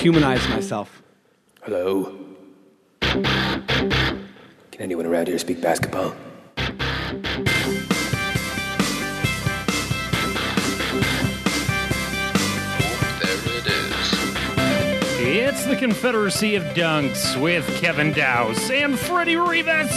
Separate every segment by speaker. Speaker 1: humanize myself.
Speaker 2: Hello. Can anyone around here speak basketball?
Speaker 3: There it is.
Speaker 4: It's the Confederacy of Dunks with Kevin Dowse and Freddie Rivas.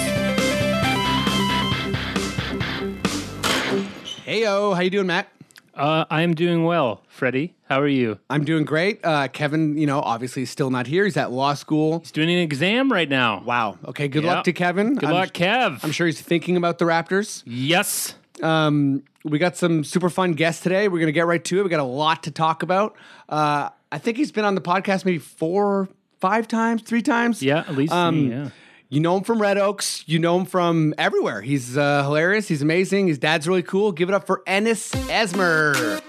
Speaker 1: Heyo, how you doing, Matt?
Speaker 4: Uh, I'm doing well, Freddie. How are you?
Speaker 1: I'm doing great. Uh, Kevin, you know, obviously is still not here. He's at law school.
Speaker 4: He's doing an exam right now.
Speaker 1: Wow. Okay. Good
Speaker 4: Yep.
Speaker 1: luck to Kevin.
Speaker 4: Good
Speaker 1: I'm-
Speaker 4: luck, Kev.
Speaker 1: I'm sure he's thinking about the Raptors.
Speaker 4: yes.
Speaker 1: Um, we got some super fun guests today. We're gonna get right to it. We got a lot to talk about. Uh, I think he's been on the podcast maybe four, five times, three times.
Speaker 4: Yeah, at least.
Speaker 1: Um,
Speaker 4: yeah.
Speaker 1: You know him from Red Oaks. You know him from everywhere. He's uh, hilarious. He's amazing. His dad's really cool. Give it up for Ennis Esmer.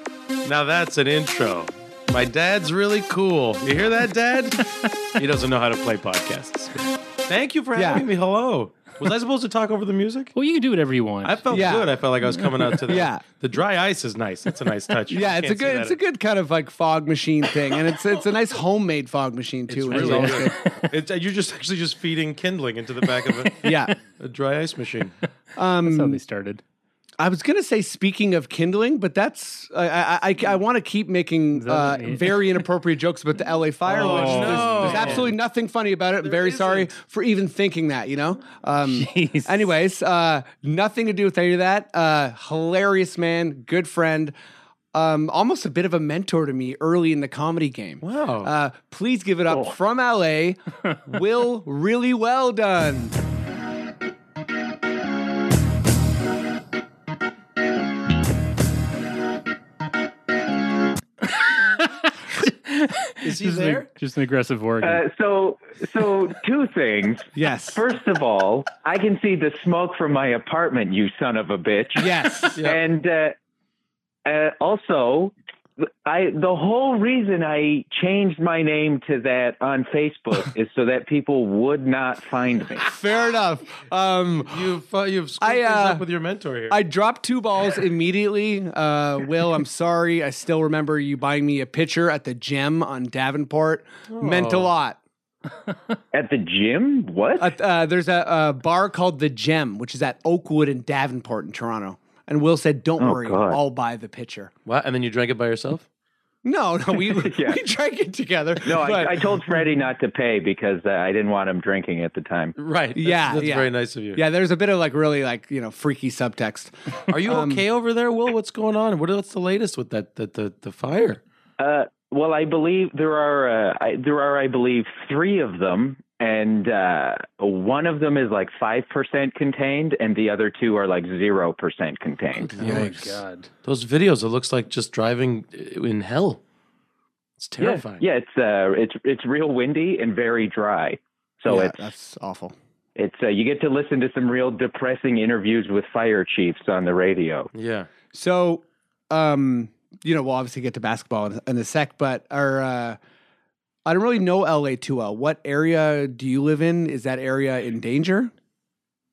Speaker 5: Now that's an intro. My dad's really cool. You hear that, Dad? he doesn't know how to play podcasts. Thank you for
Speaker 1: Yeah.
Speaker 5: having me. Hello. Was I supposed to talk over the music?
Speaker 4: Well, you can do whatever you want.
Speaker 5: I felt
Speaker 1: Yeah.
Speaker 5: good. I felt like I was coming out to the
Speaker 1: Yeah.
Speaker 5: The dry ice is nice. That's a nice touch.
Speaker 1: Yeah, it's
Speaker 5: You
Speaker 1: a
Speaker 5: can't see
Speaker 1: good,
Speaker 5: that.
Speaker 1: it's a good kind of like fog machine thing, and it's it's a nice homemade fog machine too. which
Speaker 5: It's
Speaker 1: is
Speaker 5: really
Speaker 1: always
Speaker 5: good. It's- you're just actually just feeding kindling into the back of
Speaker 1: good.
Speaker 5: a,
Speaker 1: Yeah,
Speaker 5: a dry ice machine.
Speaker 4: That's
Speaker 1: um,
Speaker 4: how they started.
Speaker 1: I was gonna say speaking of kindling, but that's I I, I, I want to keep making
Speaker 4: that
Speaker 1: uh,
Speaker 4: what you-
Speaker 1: very inappropriate jokes about the LA fire.
Speaker 5: Oh,
Speaker 1: which there's-
Speaker 5: no.
Speaker 1: there's, absolutely nothing funny about it. I'm very sorry for even thinking that. You know. Um,
Speaker 4: Jeez.
Speaker 1: anyways, uh, nothing to do with any of that. Uh, hilarious man, good friend. Um, almost a bit of a mentor to me early in the comedy game.
Speaker 5: Wow.
Speaker 1: Uh, please give it up from LA. Will really well done.
Speaker 5: Is he
Speaker 4: Just an-
Speaker 5: there?
Speaker 4: just an aggressive organ.
Speaker 1: um,
Speaker 6: Uh, so, so two things.
Speaker 1: Yes.
Speaker 6: First of all, I can see the smoke from my apartment, you son of a bitch.
Speaker 1: Yes.
Speaker 6: And uh, uh, also, I the whole reason I changed my name to that on Facebook is so that people would not find me.
Speaker 1: Fair enough. Um,
Speaker 5: You've uh, you've screwed
Speaker 1: I,
Speaker 5: things
Speaker 1: uh,
Speaker 5: up with your mentor here.
Speaker 1: I dropped two balls immediately. Uh, Will, I'm sorry. I still remember you buying me a pitcher at the gym on Davenport. Meant a
Speaker 5: Oh.
Speaker 1: lot.
Speaker 6: At the gym? What?
Speaker 1: Uh, uh, there's a, a bar called the Gem, which is at Oakwood and Davenport in Toronto. And Will said, "Don't
Speaker 6: Oh,
Speaker 1: worry,
Speaker 6: God.
Speaker 1: I'll buy the pitcher."
Speaker 5: what? And then you drank it by yourself?
Speaker 1: No, no, we
Speaker 6: Yeah.
Speaker 1: we drank it together.
Speaker 6: no,
Speaker 1: but-
Speaker 6: I, I told Freddie not to pay because uh, I didn't want him drinking at the time.
Speaker 5: Right. That's-
Speaker 1: Yeah,
Speaker 5: That's
Speaker 1: yeah.
Speaker 5: very nice of you.
Speaker 1: yeah, there's a bit of like really like you know freaky subtext.
Speaker 5: Are you okay over there, Will? What's going on? What, what's the latest with that the, the, the fire?
Speaker 6: Uh, well, I believe there are uh, I, there are I believe three of them, and uh, one of them is like five percent contained, and the other two are like zero percent contained.
Speaker 4: oh my
Speaker 5: Yikes.
Speaker 4: god.
Speaker 5: Those videos, it looks like just driving in hell. It's terrifying.
Speaker 6: Yeah, it's uh, it's it's real windy and very dry. So
Speaker 1: Yeah,
Speaker 6: it's
Speaker 1: that's awful.
Speaker 6: it's uh, you get to listen to some real depressing interviews with fire chiefs on the radio.
Speaker 5: Yeah.
Speaker 1: So, um, you know, we'll obviously get to basketball in, in a sec, but our, uh, I don't really know LA too well. What area do you live in? Is that area in danger?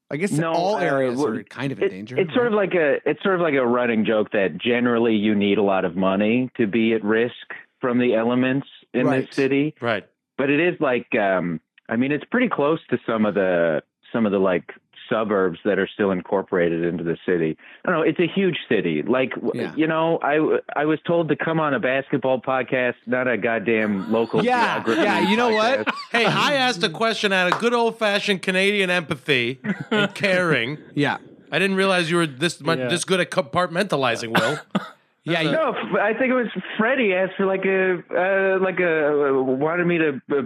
Speaker 1: I guess
Speaker 6: No,
Speaker 1: all
Speaker 6: uh,
Speaker 1: areas
Speaker 6: well,
Speaker 1: are kind of in
Speaker 6: It,
Speaker 1: danger.
Speaker 6: it's sort of like a it's sort of like a running joke that generally you need a lot of money to be at risk from the elements in
Speaker 1: Right.
Speaker 6: this city.
Speaker 5: Right.
Speaker 6: but it is like um i mean it's pretty close to some of the some of the like suburbs that are still incorporated into the city i don't know it's a huge city like w
Speaker 1: Yeah.
Speaker 6: you know i i was told to come on a basketball podcast not a goddamn local
Speaker 1: yeah,
Speaker 6: geography
Speaker 1: yeah. You know
Speaker 6: podcast.
Speaker 1: what?
Speaker 5: Hey, I asked a question out of good old fashioned Canadian empathy and caring.
Speaker 1: Yeah,
Speaker 5: I didn't realize you were this much,
Speaker 4: Yeah.
Speaker 5: this good at compartmentalizing, Will.
Speaker 1: yeah. you-
Speaker 6: no f- i think it was freddie asked for like a uh, like a wanted me to uh,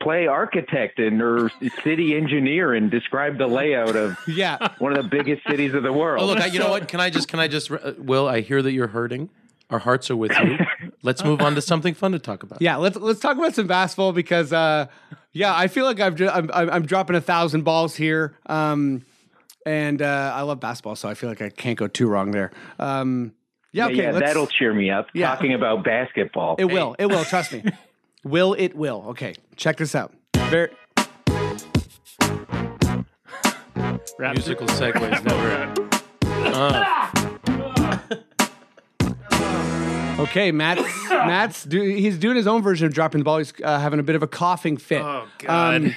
Speaker 6: play architect and or city engineer and describe the layout of
Speaker 1: yeah.
Speaker 6: one of the biggest cities of the world
Speaker 5: Oh, look, I, you know what? Can I just, can I just, uh, Will, I hear that you're hurting. Our hearts are with you. Let's move on to something fun to talk about.
Speaker 1: Yeah, let's let's talk about some basketball because uh, yeah, I feel like I've ju- I'm, I'm I'm dropping a thousand balls here, um, and uh, I love basketball, so I feel like I can't go too wrong there. Um, yeah, okay,
Speaker 6: yeah,
Speaker 1: let's-
Speaker 6: that'll cheer me up.
Speaker 1: Yeah.
Speaker 6: Talking about basketball.
Speaker 1: It will. It will. Trust me. will it will. Okay, check this out. Very,
Speaker 4: Rap-
Speaker 5: Musical segues never end.
Speaker 1: Okay, Matt's Matt's do, he's doing his own version of dropping the ball. He's uh, having a bit of a coughing fit.
Speaker 5: Oh, God.
Speaker 1: Um,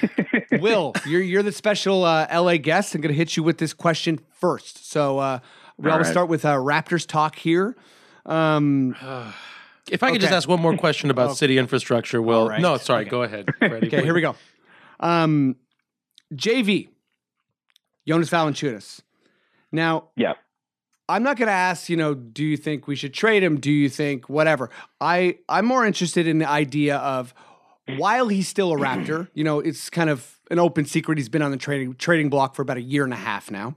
Speaker 1: Will, you're you're the special uh, LA guest. I'm going to hit you with this question first. So uh, we
Speaker 6: All
Speaker 1: always
Speaker 6: right.
Speaker 1: start with uh, Raptors talk here. Um,
Speaker 5: If I could just
Speaker 1: Okay.
Speaker 5: ask one more question about city infrastructure, Will.
Speaker 1: right.
Speaker 5: No, sorry. Go ahead. Freddie,
Speaker 1: okay, here we go. Um, JV, Jonas Valanciunas. Now,
Speaker 6: Yeah.
Speaker 1: I'm not going to ask, you know, do you think we should trade him? Do you think whatever? I I'm more interested in the idea of while he's still a Raptor, you know, it's kind of an open secret. He's been on the trading trading block for about a year and a half now,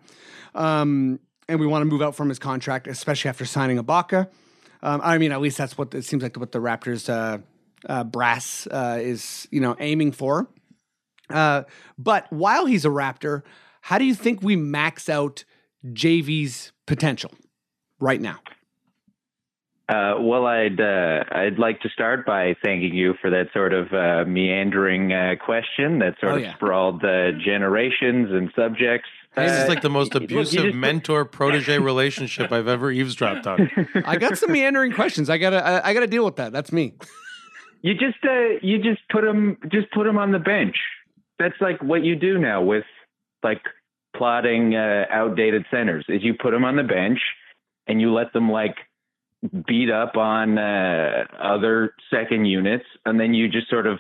Speaker 1: um, and we want to move out from his contract, especially after signing Ibaka. Um, I mean, at least that's what it seems like what the Raptors uh, uh, brass uh, is, you know, aiming for. Uh, but while he's a Raptor, how do you think we max out JV's potential right now?
Speaker 6: Uh, well, I'd uh, I'd like to start by thanking you for that sort of uh, meandering uh, question that sort
Speaker 1: Oh,
Speaker 6: of
Speaker 1: yeah.
Speaker 6: sprawled uh, generations and subjects.
Speaker 5: This
Speaker 6: Uh,
Speaker 5: is like the most
Speaker 6: look, you
Speaker 5: abusive
Speaker 6: just-
Speaker 5: mentor protege relationship I've ever eavesdropped on.
Speaker 1: I got some meandering questions. I gotta, I, I gotta deal with that. That's me.
Speaker 6: You just uh, you just put him just put him on the bench. That's like what you do now with like plotting uh, outdated centers is you put them on the bench and you let them like beat up on uh, other second units and then you just sort of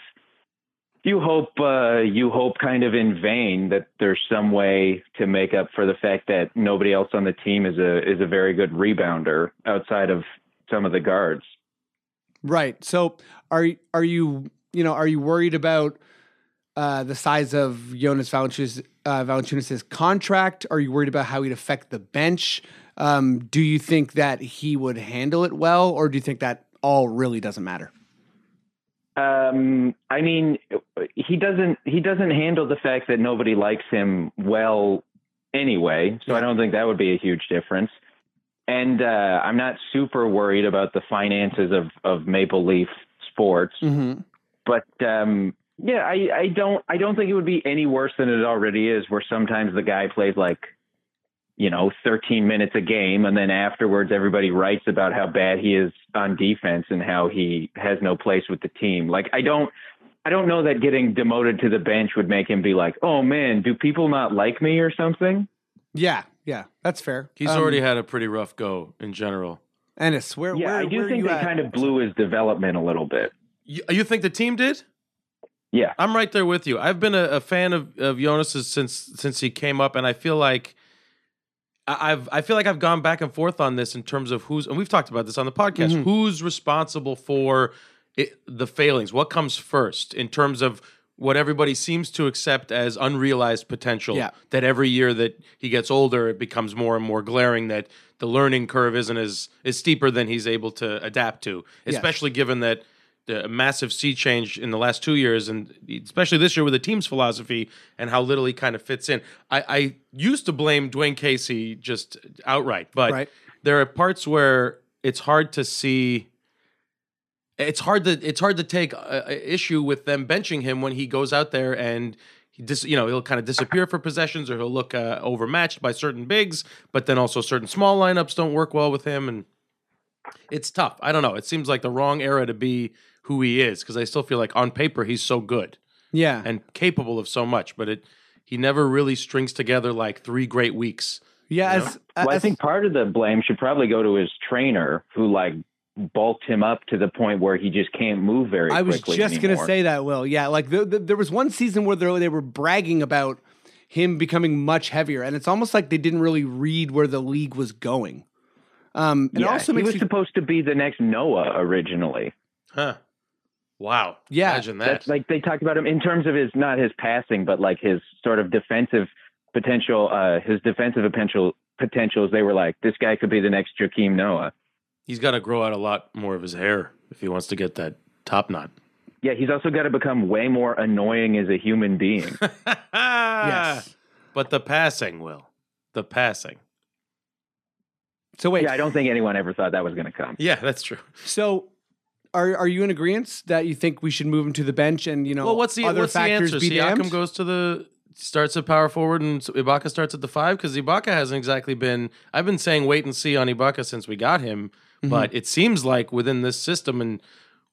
Speaker 6: you hope uh, you hope kind of in vain that there's some way to make up for the fact that nobody else on the team is a is a very good rebounder outside of some of the guards.
Speaker 1: Right. So, are are you, you know, are you worried about uh, the size of Jonas Valanciunas, uh, Valanciunas' contract? Are you worried about how he'd affect the bench? Um, do you think that he would handle it well, or do you think that all really doesn't matter?
Speaker 6: Um, I mean, he doesn't he doesn't handle the fact that nobody likes him well anyway, so I don't think that would be a huge difference. And uh, I'm not super worried about the finances of of Maple Leaf Sports,
Speaker 1: Mm-hmm.
Speaker 6: but um, yeah, I, I don't I don't think it would be any worse than it already is. Where sometimes the guy plays like you know 13 minutes a game, and then afterwards everybody writes about how bad he is on defense and how he has no place with the team. Like I don't I don't know that getting demoted to the bench would make him be like, oh man, do people not like me or something?
Speaker 1: Yeah, yeah, that's fair.
Speaker 5: He's
Speaker 1: Um,
Speaker 5: already had a pretty rough go in general.
Speaker 1: Ennis. Where,
Speaker 6: yeah,
Speaker 1: where,
Speaker 6: I
Speaker 1: where
Speaker 6: do
Speaker 1: are
Speaker 6: think
Speaker 1: you
Speaker 6: they
Speaker 1: at?
Speaker 6: kind of blew his development a little bit.
Speaker 5: You, you think the team did?
Speaker 6: Yeah.
Speaker 5: I'm right there with you. I've been a, a fan of, of Jonas's since since he came up, and I feel like I- I've I feel like I've gone back and forth on this in terms of who's and we've talked about this on the podcast. Who's responsible for it, the failings? What comes first in terms of what everybody seems to accept as unrealized potential?
Speaker 1: Yeah.
Speaker 5: That every year that he gets older, it becomes more and more glaring that the learning curve isn't as is steeper than he's able to adapt to, especially given that the massive sea change in the last two years, and especially this year with the team's philosophy and how little he kind of fits in. I, I used to blame Dwayne Casey just outright, but
Speaker 1: Right.
Speaker 5: there are parts where it's hard to see. It's hard to it's hard to take uh, issue with them benching him when he goes out there and he dis, you know he'll kind of disappear for possessions or he'll look uh, overmatched by certain bigs, but then also certain small lineups don't work well with him and it's tough. I don't know. It seems like the wrong era to be who he is because I still feel like on paper he's so good
Speaker 1: yeah,
Speaker 5: and capable of so much, but it he never really strings together like three great weeks.
Speaker 1: yeah.
Speaker 5: you know?
Speaker 1: As,
Speaker 6: Well, I
Speaker 1: as-
Speaker 6: think part of the blame should probably go to his trainer, who like bulked him up to the point where he just can't move very
Speaker 1: I was
Speaker 6: quickly.
Speaker 1: just
Speaker 6: anymore.
Speaker 1: gonna say that, Will. Yeah, like the, the, there was one season where they were bragging about him becoming much heavier, and it's almost like they didn't really read where the league was going. Um, and it
Speaker 6: yeah,
Speaker 1: also
Speaker 6: he
Speaker 1: makes
Speaker 6: was
Speaker 1: you,
Speaker 6: supposed to be the next Noah originally.
Speaker 5: Huh. Wow.
Speaker 1: Yeah,
Speaker 5: Imagine that.
Speaker 6: That's like they talked about him in terms of his not his passing, but like his sort of defensive potential. Uh, his defensive potential potentials. They were like, this guy could be the next Joakim Noah.
Speaker 5: He's got to grow out a lot more of his hair if he wants to get that top knot.
Speaker 6: Yeah, he's also got to become way more annoying as a human being.
Speaker 1: yes.
Speaker 5: But the passing will. The passing.
Speaker 1: So wait,
Speaker 6: yeah, I don't think anyone ever thought that was going to come.
Speaker 5: Yeah, that's true.
Speaker 1: so are are you in agreement that you think we should move him to the bench and you know
Speaker 5: well, what's the
Speaker 1: other
Speaker 5: what's the
Speaker 1: factors
Speaker 5: answer?
Speaker 1: be damned?
Speaker 5: Siakam goes to the starts at power forward and Ibaka starts at the five because Ibaka hasn't exactly been. I've been saying wait and see on Ibaka since we got him,
Speaker 1: Mm-hmm.
Speaker 5: But it seems like within this system, and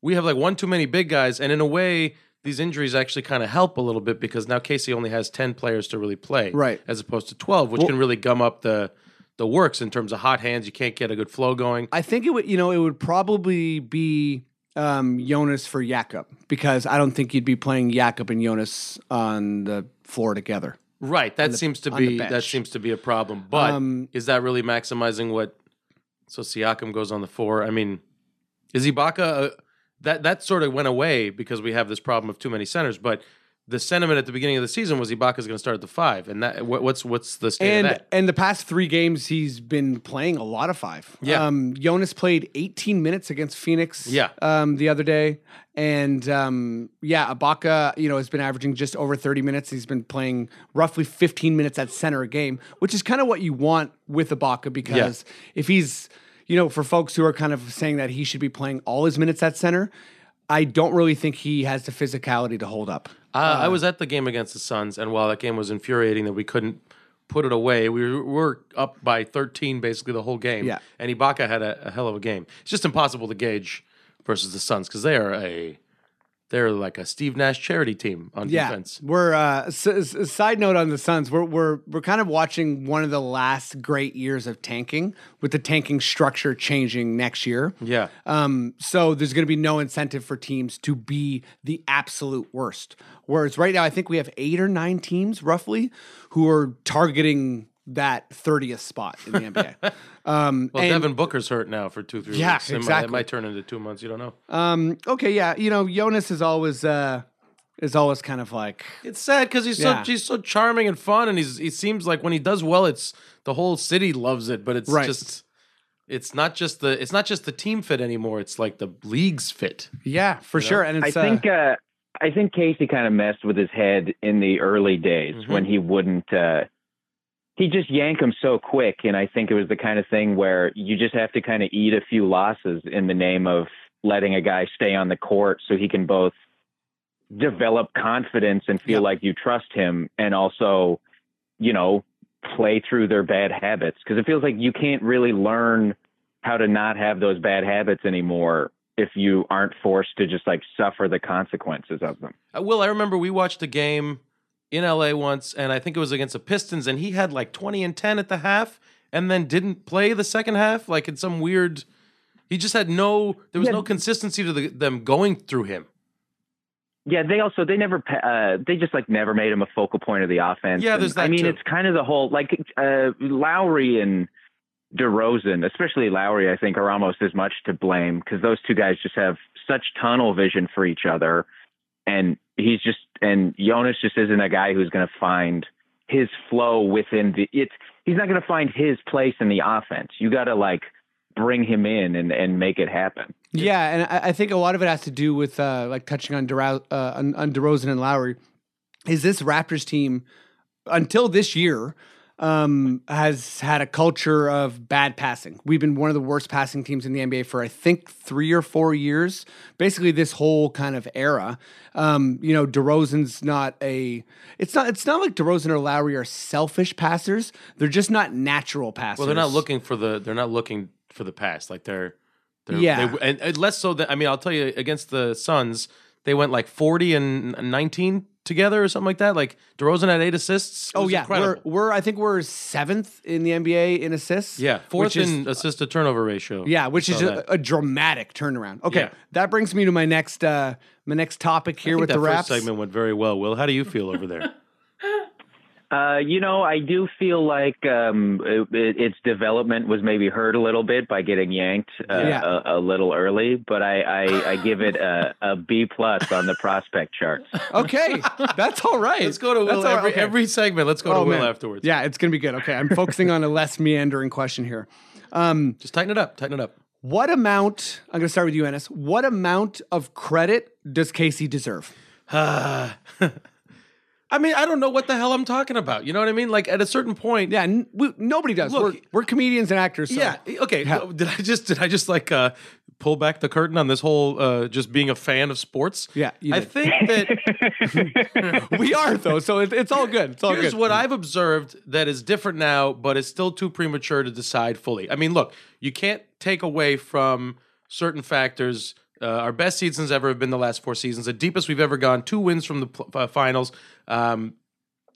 Speaker 5: we have like one too many big guys. And in a way, these injuries actually kind of help a little bit because now Casey only has 10 players to really play.
Speaker 1: Right.
Speaker 5: As opposed to 12, which can really gum up the, the works in terms of hot hands. You can't get a good flow going.
Speaker 1: I think it would, you know, it would probably be um, Jonas for Jakob because I don't think you'd be playing Jakob and Jonas on the floor together.
Speaker 5: Right. That seems to
Speaker 1: on the
Speaker 5: be that
Speaker 1: bench.
Speaker 5: seems to be a problem. But
Speaker 1: Um,
Speaker 5: is that really maximizing what? So Siakam goes on the four. I mean, is Ibaka uh, that that sort of went away because we have this problem of too many centers. But the sentiment at the beginning of the season was Ibaka's going to start at the five, and that what, what's what's the state of
Speaker 1: And
Speaker 5: that?
Speaker 1: and the past three games he's been playing a lot of five.
Speaker 5: Yeah.
Speaker 1: Um, Jonas played 18 minutes against Phoenix.
Speaker 5: Yeah.
Speaker 1: Um, the other day, and um, yeah, Ibaka, you know, has been averaging just over 30 minutes. He's been playing roughly 15 minutes at center a game, which is kind of what you want with Ibaka because if he's, you know, for folks who are kind of saying that he should be playing all his minutes at center. I don't really think he has the physicality to hold up.
Speaker 5: Uh, I was at the game against the Suns, and while that game was infuriating that we couldn't put it away, we were- were up by 13 basically the whole game.
Speaker 1: Yeah.
Speaker 5: And Ibaka had a, a hell of a game. It's just impossible to gauge versus the Suns because they are a they're like a Steve Nash charity team on
Speaker 1: Yeah,
Speaker 5: defense.
Speaker 1: we're uh, s- s- side note on the Suns. We're we're we're kind of watching one of the last great years of tanking, with the tanking structure changing next year.
Speaker 5: Yeah.
Speaker 1: Um, so there's going to be no incentive for teams to be the absolute worst. Whereas right now, I think we have eight or nine teams roughly who are targeting that 30th spot in the NBA. Um,
Speaker 5: Well,
Speaker 1: and-
Speaker 5: Devin Booker's hurt now for two, three
Speaker 1: Yeah,
Speaker 5: weeks. It might-
Speaker 1: exactly.
Speaker 5: It might turn into two months. You don't know.
Speaker 1: um, okay, yeah, you know, Jonas is always uh, is always kind of like
Speaker 5: It's sad because he's
Speaker 1: Yeah.
Speaker 5: so he's so charming and fun, and he's he seems like when he does well, it's the whole city loves it. But it's
Speaker 1: Right.
Speaker 5: just it's not just the it's not just the team fit anymore. It's like the league's fit.
Speaker 1: yeah, for sure. And
Speaker 6: I
Speaker 1: it's uh,
Speaker 6: think uh, I think Casey kind of messed with his head in the early days
Speaker 1: Mm-hmm.
Speaker 6: when he wouldn't. Uh, he just yanked him so quick, and I think it was the kind of thing where you just have to kind of eat a few losses in the name of letting a guy stay on the court so he can both develop confidence and feel
Speaker 1: Yeah.
Speaker 6: like you trust him, and also, you know, play through their bad habits because it feels like you can't really learn how to not have those bad habits anymore if you aren't forced to just like suffer the consequences of them.
Speaker 5: Uh, Will, I remember we watched a game in LA once, and I think it was against the Pistons, and he had like 20 and 10 at the half, and then didn't play the second half, like in some weird. He just had no. There was no consistency to the, them going through him.
Speaker 6: Yeah, they also they never pa- uh, they just like never made him a focal point of the offense.
Speaker 5: Yeah, there's
Speaker 6: And, I
Speaker 5: that
Speaker 6: mean,
Speaker 5: too.
Speaker 6: it's kind of the whole like uh, Lowry and DeRozan, especially Lowry, I think are almost as much to blame because those two guys just have such tunnel vision for each other, and he's just and Jonas just isn't a guy who's going to find his flow within the it's he's not going to find his place in the offense. You got to like bring him in and and make it happen.
Speaker 1: Yeah, and I, I think a lot of it has to do with uh, like touching on, DeRoz- uh, on on DeRozan and Lowry. Is this Raptors team until this year um, has had a culture of bad passing? We've been one of the worst passing teams in the NBA for I think three or four years. Basically, this whole kind of era. Um, you know, DeRozan's not a. It's not. It's not like DeRozan or Lowry are selfish passers. They're just not natural passers.
Speaker 5: Well, they're not looking for the. They're not looking for the past. Like they're. they're
Speaker 1: Yeah.
Speaker 5: They, and, and less so that I mean, I'll tell you against the Suns, they went like 40 and 19 together or something like that. Like DeRozan had eight assists. It
Speaker 1: Oh
Speaker 5: was
Speaker 1: yeah,
Speaker 5: incredible.
Speaker 1: we're we're I think we're seventh in the NBA in assists.
Speaker 5: yeah, fourth
Speaker 1: which is-
Speaker 5: in assist to turnover ratio.
Speaker 1: yeah, which
Speaker 5: Saw
Speaker 1: is
Speaker 5: that.
Speaker 1: a, a dramatic turnaround. Okay,
Speaker 5: Yeah.
Speaker 1: that brings me to my next uh my next topic here
Speaker 5: I think
Speaker 1: with
Speaker 5: that
Speaker 1: the
Speaker 5: first
Speaker 1: wraps.
Speaker 5: segment went very well. Will, how do you feel over there?
Speaker 6: Uh, you know, I do feel like um, it, it, its development was maybe hurt a little bit by getting yanked uh,
Speaker 1: Yeah.
Speaker 6: a, a little early, but I, I, I give it a, a B plus on the prospect chart.
Speaker 1: Okay, that's all right.
Speaker 5: let's go to
Speaker 1: That's
Speaker 5: Will
Speaker 1: all right,
Speaker 5: every,
Speaker 1: okay.
Speaker 5: every segment. Let's go to
Speaker 1: Oh,
Speaker 5: Will
Speaker 1: man.
Speaker 5: afterwards.
Speaker 1: Yeah, it's gonna be good. Okay, I'm focusing on a less meandering question here. Um,
Speaker 5: just tighten it up. Tighten it up.
Speaker 1: what amount? I'm gonna start with you, Ennis. What amount of credit does Casey deserve?
Speaker 5: I mean, I don't know what the hell I'm talking about. You know what I mean? Like at a certain point,
Speaker 1: Yeah, n- we, nobody does.
Speaker 5: Look-
Speaker 1: we're, we're comedians and actors. So.
Speaker 5: yeah. e, Okay.
Speaker 1: Yeah.
Speaker 5: so Did I just did I just like uh, pull back the curtain on this whole uh, just being a fan of sports?
Speaker 1: Yeah, you
Speaker 5: I
Speaker 1: did.
Speaker 5: think that
Speaker 1: we are though. So it, it's all good. It's all
Speaker 5: Here's
Speaker 1: good.
Speaker 5: what I've observed that is different now, but it's still too premature to decide fully. I mean, look, you can't take away from certain factors. Uh, our best seasons ever have been the last four seasons, the deepest we've ever gone, two wins from the pl- uh, finals. Um,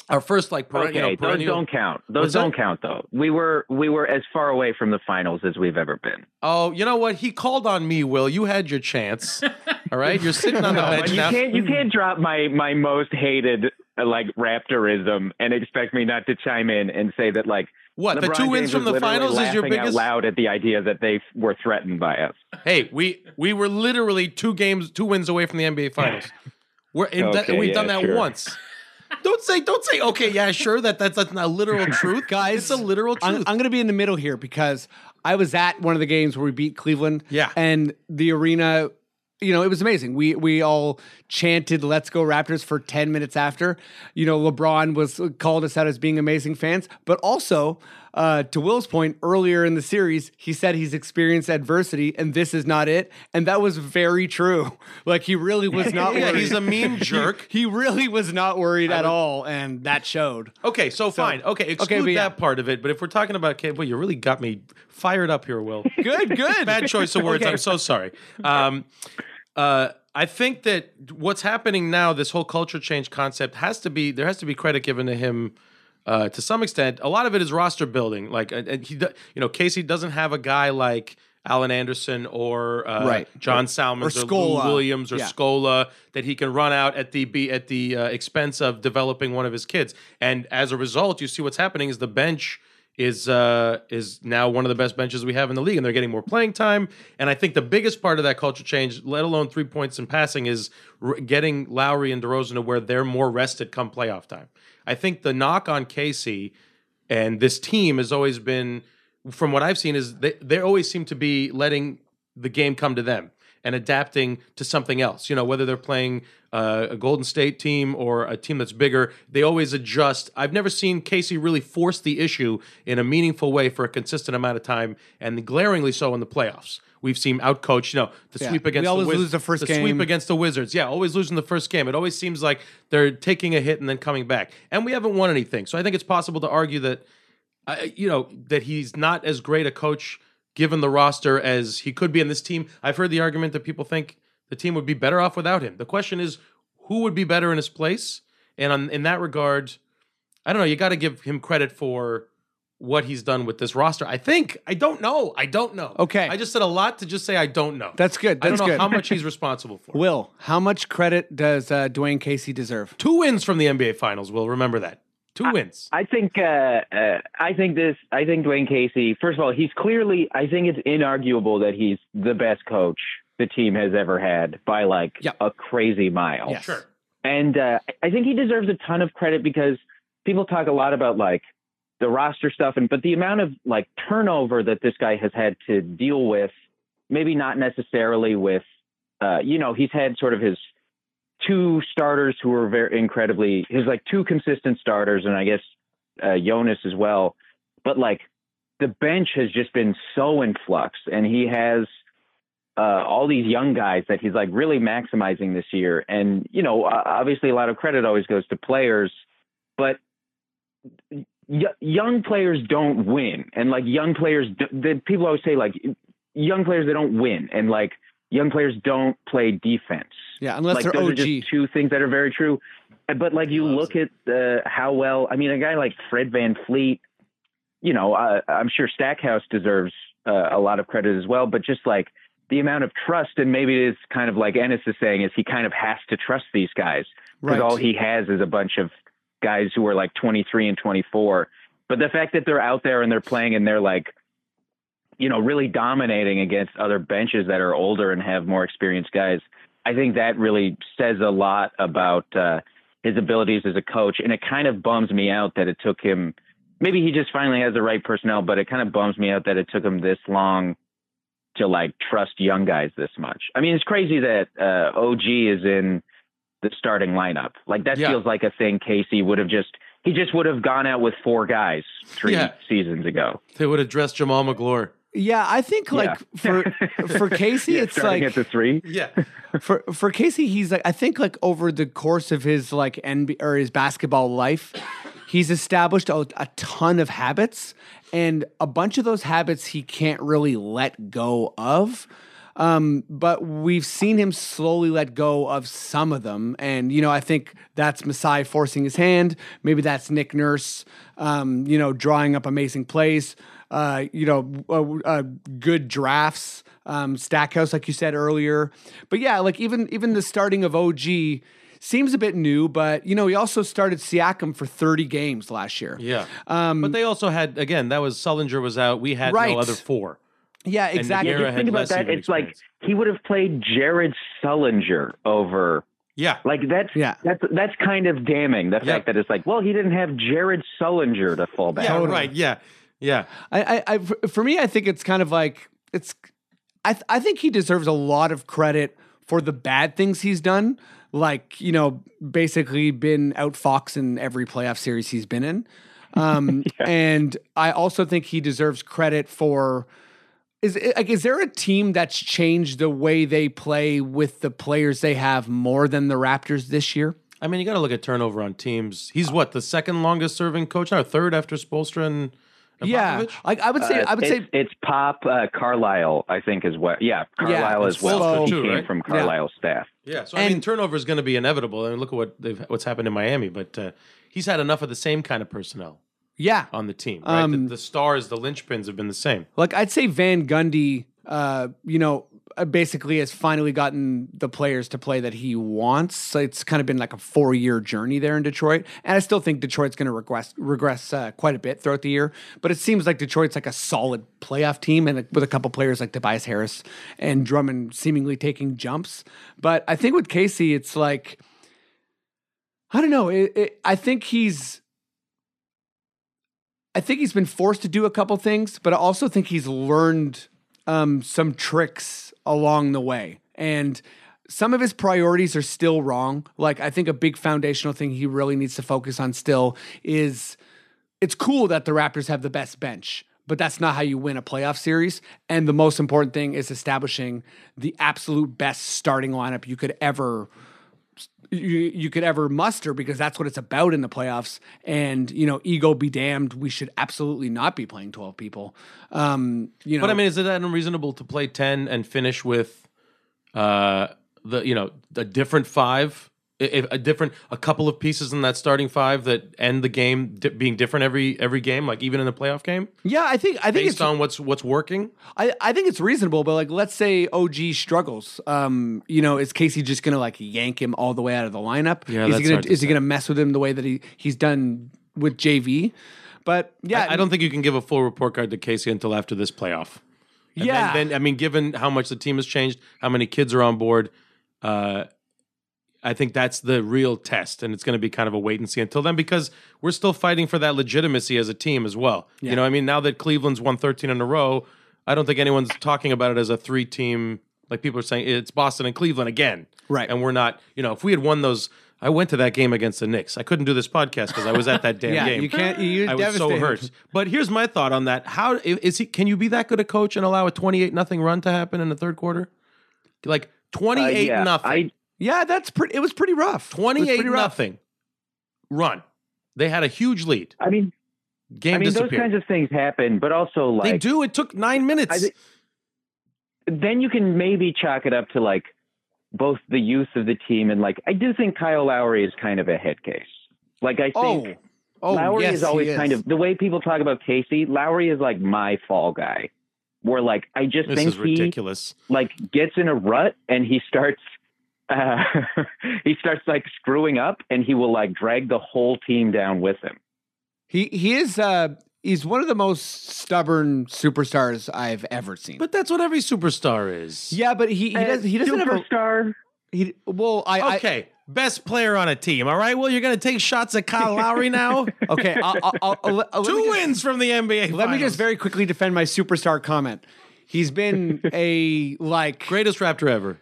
Speaker 5: our first, like, per-
Speaker 6: Okay,
Speaker 5: you know,
Speaker 6: those
Speaker 5: perennial.
Speaker 6: don't count.
Speaker 5: What's
Speaker 6: Those
Speaker 5: that?
Speaker 6: don't count, though. We were we were as far away from the finals as we've ever been.
Speaker 5: Oh, you know what? He called on me, Will. You had your chance. All right. You're sitting on the
Speaker 6: But
Speaker 5: bench
Speaker 6: you
Speaker 5: now.
Speaker 6: can't you can't drop my my most hated uh, like Raptorism and expect me not to chime in and say that like
Speaker 5: What? the
Speaker 6: LeBron
Speaker 5: two wins
Speaker 6: James
Speaker 5: from
Speaker 6: was
Speaker 5: the
Speaker 6: literally
Speaker 5: finals is your
Speaker 6: laughing out
Speaker 5: biggest.
Speaker 6: loud at the idea that they f- were threatened by us.
Speaker 5: Hey, we we were literally two games, two wins away from the NBA Finals. We're and that-
Speaker 6: Okay,
Speaker 5: we've
Speaker 6: yeah,
Speaker 5: done that
Speaker 6: sure.
Speaker 5: once. Don't say, don't say. Okay, yeah, sure. That that's, that's not literal truth, guys. It's a literal
Speaker 1: I'm,
Speaker 5: truth.
Speaker 1: I'm going to be in the middle here because I was at one of the games where we beat Cleveland.
Speaker 5: Yeah.
Speaker 1: And the arena, you know, it was amazing. We we all chanted "Let's go Raptors" for ten minutes after. You know, LeBron was uh, called us out as being amazing fans, but also. Uh, to Will's point earlier in the series, he said he's experienced adversity and this is not it. And that was very true. Like, he really was not
Speaker 5: yeah,
Speaker 1: worried.
Speaker 5: he's a mean jerk.
Speaker 1: he really was not worried at all. And that showed.
Speaker 5: Okay, so, fine. Okay, exclude
Speaker 1: but yeah.
Speaker 5: that part of it. But if we're talking about, okay, well, you really got me fired up here, Will.
Speaker 1: Good, good.
Speaker 5: Bad choice of words. I'm so sorry. Um, uh, I think that what's happening now, this whole culture change concept, has to be there has to be credit given to him uh, to some extent. A lot of it is roster building. Like, and and he, do- you know, Casey doesn't have a guy like Alan Anderson or uh,
Speaker 1: Right.
Speaker 5: John Salmons
Speaker 1: Or
Speaker 5: or,
Speaker 1: Scola.
Speaker 5: Lou Williams or
Speaker 1: Yeah.
Speaker 5: Scola that he can run out at the be at the uh, expense of developing one of his kids. And as a result, you see what's happening is the bench is uh, is now one of the best benches we have in the league, and they're getting more playing time. And I think the biggest part of that culture change, let alone three points in passing, is r- getting Lowry and DeRozan to where they're more rested come playoff time. I think the knock on Casey and this team has always been from what i've seen is they, they always seem to be letting the game come to them and adapting to something else you know whether they're playing uh, a golden state team or a team that's bigger they always adjust i've never seen casey really force the issue in a meaningful way for a consistent amount of time and glaringly so in the playoffs We've seen outcoached, you know, the
Speaker 1: Yeah.
Speaker 5: sweep
Speaker 1: We
Speaker 5: against
Speaker 1: always
Speaker 5: the Wiz-
Speaker 1: lose the first game.
Speaker 5: sweep against the Wizards. Yeah, always losing the first game. It always seems like they're taking a hit and then coming back. And we haven't won anything. So I think it's possible to argue that I, uh, you know that he's not as great a coach given the roster as he could be in this team. I've heard the argument that people think the team would be better off without him. The question is who would be better in his place? And on, in that regard, I don't know. You got to give him credit for what he's done with this roster. I think I don't know. I don't know.
Speaker 1: Okay.
Speaker 5: I just said a lot to just say I don't know.
Speaker 1: That's good.
Speaker 5: I don't
Speaker 1: That's
Speaker 5: know
Speaker 1: good.
Speaker 5: how much he's responsible for.
Speaker 1: Will, how much credit does uh, Dwayne Casey deserve?
Speaker 5: Two wins from the NBA Finals. Will remember that. Two wins.
Speaker 6: I think uh, uh, I think this. I think Dwayne Casey. First of all, he's clearly. I think it's inarguable that he's the best coach the team has ever had by like
Speaker 1: Yep.
Speaker 6: a crazy mile.
Speaker 1: Yes.
Speaker 5: Sure.
Speaker 6: And uh, I think he deserves a ton of credit because people talk a lot about like the roster stuff, and but the amount of like turnover that this guy has had to deal with, maybe not necessarily with, uh, you know, he's had sort of his two starters who were very incredibly his like two consistent starters, and I guess uh, Jonas as well, but like the bench has just been so in flux, and he has uh, all these young guys that he's like really maximizing this year. And, you know, o- obviously a lot of credit always goes to players, but y- young players don't win. And like young players, d- the people always say like young players, they don't win. And like young players don't play defense.
Speaker 1: Yeah, unless
Speaker 6: like
Speaker 1: they're
Speaker 6: those
Speaker 1: OG.
Speaker 6: are just two things that are very true. Uh, But like you look at uh, how well, I mean, a guy like Fred Van Fleet, you know, uh, I'm sure Stackhouse deserves uh, a lot of credit as well, but just like the amount of trust, and maybe it is kind of like Ennis is saying, is he kind of has to trust these guys because
Speaker 1: Right.
Speaker 6: all he has is a bunch of guys who are like 23 and 24. But the fact that they're out there and they're playing and they're like, you know, really dominating against other benches that are older and have more experienced guys, I think that really says a lot about uh, his abilities as a coach. And it kind of bums me out that it took him. Maybe he just finally has the right personnel, but it kind of bums me out that it took him this long to like trust young guys this much. I mean, it's crazy that uh, OG is in the starting lineup. Like that
Speaker 5: Yeah.
Speaker 6: feels like a thing Casey would have just he just would have gone out with four guys three
Speaker 5: Yeah.
Speaker 6: seasons ago.
Speaker 5: They would have dressed Jamal McGlure.
Speaker 1: Yeah, I think like for for Casey,
Speaker 6: Yeah,
Speaker 1: it's
Speaker 6: starting
Speaker 1: like
Speaker 6: at the three.
Speaker 5: Yeah.
Speaker 1: for for Casey, he's like I think like over the course of his like NBA or his basketball life, he's established a, a ton of habits, and a bunch of those habits he can't really let go of. Um, but we've seen him slowly let go of some of them, and you know I think that's Masai forcing his hand. Maybe that's Nick Nurse, um, you know, drawing up amazing plays. Uh, you know, uh, uh, good drafts um, Stackhouse, like you said earlier. But yeah, like even even the starting of OG seems a bit new, but you know he also started Siakam for 30 games last year.
Speaker 5: Yeah. Um, but they also had again that was Sullinger was out. We had
Speaker 1: Right.
Speaker 5: no other four.
Speaker 1: Yeah,
Speaker 5: the
Speaker 1: exactly.
Speaker 5: Guerra
Speaker 6: Just think
Speaker 5: had
Speaker 6: about
Speaker 5: less
Speaker 6: that.
Speaker 5: even
Speaker 6: It's like
Speaker 5: experience.
Speaker 6: he would have played Jared Sullinger over
Speaker 5: Yeah.
Speaker 6: like that's
Speaker 1: Yeah.
Speaker 6: that's that's kind of damning. The
Speaker 5: Yeah.
Speaker 6: fact that it's like, well, he didn't have Jared Sullinger to fall back.
Speaker 5: Yeah.
Speaker 6: on.
Speaker 5: Right. Yeah. Yeah.
Speaker 1: I, I, I for- for me, I think it's kind of like it's. I th- I think he deserves a lot of credit for the bad things he's done, like you know, basically been outfoxed in every playoff series he's been in, um, and I also think he deserves credit for. Is it- like is there a team that's changed the way they play with the players they have more than the Raptors this year?
Speaker 5: I mean, you got to look at turnover on teams. He's what the second longest serving coach now, third after Spolstra and Abramovich?
Speaker 1: Yeah, like I would say,
Speaker 6: Uh,
Speaker 1: I would
Speaker 6: it's,
Speaker 1: say
Speaker 6: it's Pop uh, Carlisle, I think, as well. Yeah, Carlisle
Speaker 1: and
Speaker 6: as well.
Speaker 5: Spoelstra
Speaker 6: He
Speaker 5: too,
Speaker 6: came
Speaker 5: right?
Speaker 6: from Carlisle's staff.
Speaker 5: Yeah, so I mean,
Speaker 1: And-
Speaker 5: turnover is going to be inevitable, and look at what they've, what's happened in Miami. But uh, he's had enough of the same kind of personnel
Speaker 1: yeah.
Speaker 5: on the team. Right?
Speaker 1: Um,
Speaker 5: the, the stars, the linchpins have been the same.
Speaker 1: Like I'd say Van Gundy, uh, you know, uh, basically has finally gotten the players to play that he wants. So it's kind of been like a four-year journey there in Detroit, and I still think Detroit's going to regress regress uh, quite a bit throughout the year. But it seems like Detroit's like a solid playoff team, and uh, with a couple players like Tobias Harris and Drummond seemingly taking jumps. But I think with Casey, it's like I don't know. It, it, I think he's I think he's been forced to do a couple things, but I also think he's learned um, some tricks along the way. And some of his priorities are still wrong. Like, I think a big foundational thing he really needs to focus on still is it's cool that the Raptors have the best bench, but that's not how you win a playoff series. And the most important thing is establishing the absolute best starting lineup you could ever you, you could ever muster because that's what it's about in the playoffs. And you know, ego be damned, we should absolutely not be playing twelve people. Um, you know,
Speaker 5: But I mean, is it that unreasonable to play ten and finish with uh, the you know a different five, I- if a different a couple of pieces in that starting five that end the game di- being different every every game, like even in a playoff game,
Speaker 1: yeah, I think I think it's
Speaker 5: based on what's what's working.
Speaker 1: I, I think it's reasonable, but like let's say OG struggles. Um, you know, is Casey just gonna like yank him all the way out of the lineup?
Speaker 5: Yeah,
Speaker 1: is
Speaker 5: that's
Speaker 1: he gonna
Speaker 5: hard to
Speaker 1: is he gonna mess with him the way that he he's done with JV? But yeah,
Speaker 5: I, I don't think you can give a full report card to Casey until after this playoff. And then-
Speaker 1: Yeah.
Speaker 5: Then, I mean, given how much the team has changed, how many kids are on board, uh, I think that's the real test, and it's going to be kind of a wait and see until then because we're still fighting for that legitimacy as a team as well. You know, what I mean, now that Cleveland's won 13 in a row, I don't think anyone's talking about it as a three team. Like people are saying, it's Boston and Cleveland again,
Speaker 1: Right.
Speaker 5: And we're not. You know, if we had won those, I went to that game against the Knicks. I couldn't do this podcast because I was at that damn
Speaker 1: Yeah,
Speaker 5: game.
Speaker 1: you can't- you're
Speaker 5: I was so
Speaker 1: devastated.
Speaker 5: hurt. But here's my thought on that: How is he? Can you be that good a coach and allow a 28 nothing run to happen in the third quarter? Like 28
Speaker 6: Uh, yeah,
Speaker 5: nothing.
Speaker 6: I
Speaker 1: yeah, that's pretty. It was pretty rough. It was pretty
Speaker 5: 28
Speaker 1: rough.
Speaker 5: nothing run. They had a huge lead.
Speaker 6: I mean,
Speaker 5: Game
Speaker 6: I mean, those
Speaker 5: disappeared.
Speaker 6: kinds of things happen, but also like
Speaker 5: they do. It took nine minutes.
Speaker 6: I thi- then you can maybe chalk it up to like both the youth of the team and like I do think Kyle Lowry is kind of a head case. Like I think
Speaker 1: Oh, oh,
Speaker 6: Lowry
Speaker 1: yes,
Speaker 6: is
Speaker 1: he
Speaker 6: always kind of the way people talk about Casey. Lowry is like my fall guy. Where like I just
Speaker 5: this
Speaker 6: think
Speaker 5: is
Speaker 6: he
Speaker 5: ridiculous.
Speaker 6: like gets in a rut and he starts uh, he starts like screwing up and he will like drag the whole team down with him.
Speaker 1: He he is uh he's one of the most stubborn superstars I've ever seen.
Speaker 5: But that's what every superstar is.
Speaker 1: yeah, but he he does he doesn't ever
Speaker 6: superstar.
Speaker 1: he well I I,
Speaker 5: Okay. Best player on a team. All right. Well, you're going to take shots at Kyle Lowry now.
Speaker 1: okay I'll, I'll, I'll, I'll- I'll- let me
Speaker 5: Two
Speaker 1: just-
Speaker 5: wins from the
Speaker 1: Let
Speaker 5: NBA.
Speaker 1: me
Speaker 5: finals.
Speaker 1: just very quickly defend my superstar comment. He's been a like
Speaker 5: greatest Raptor ever.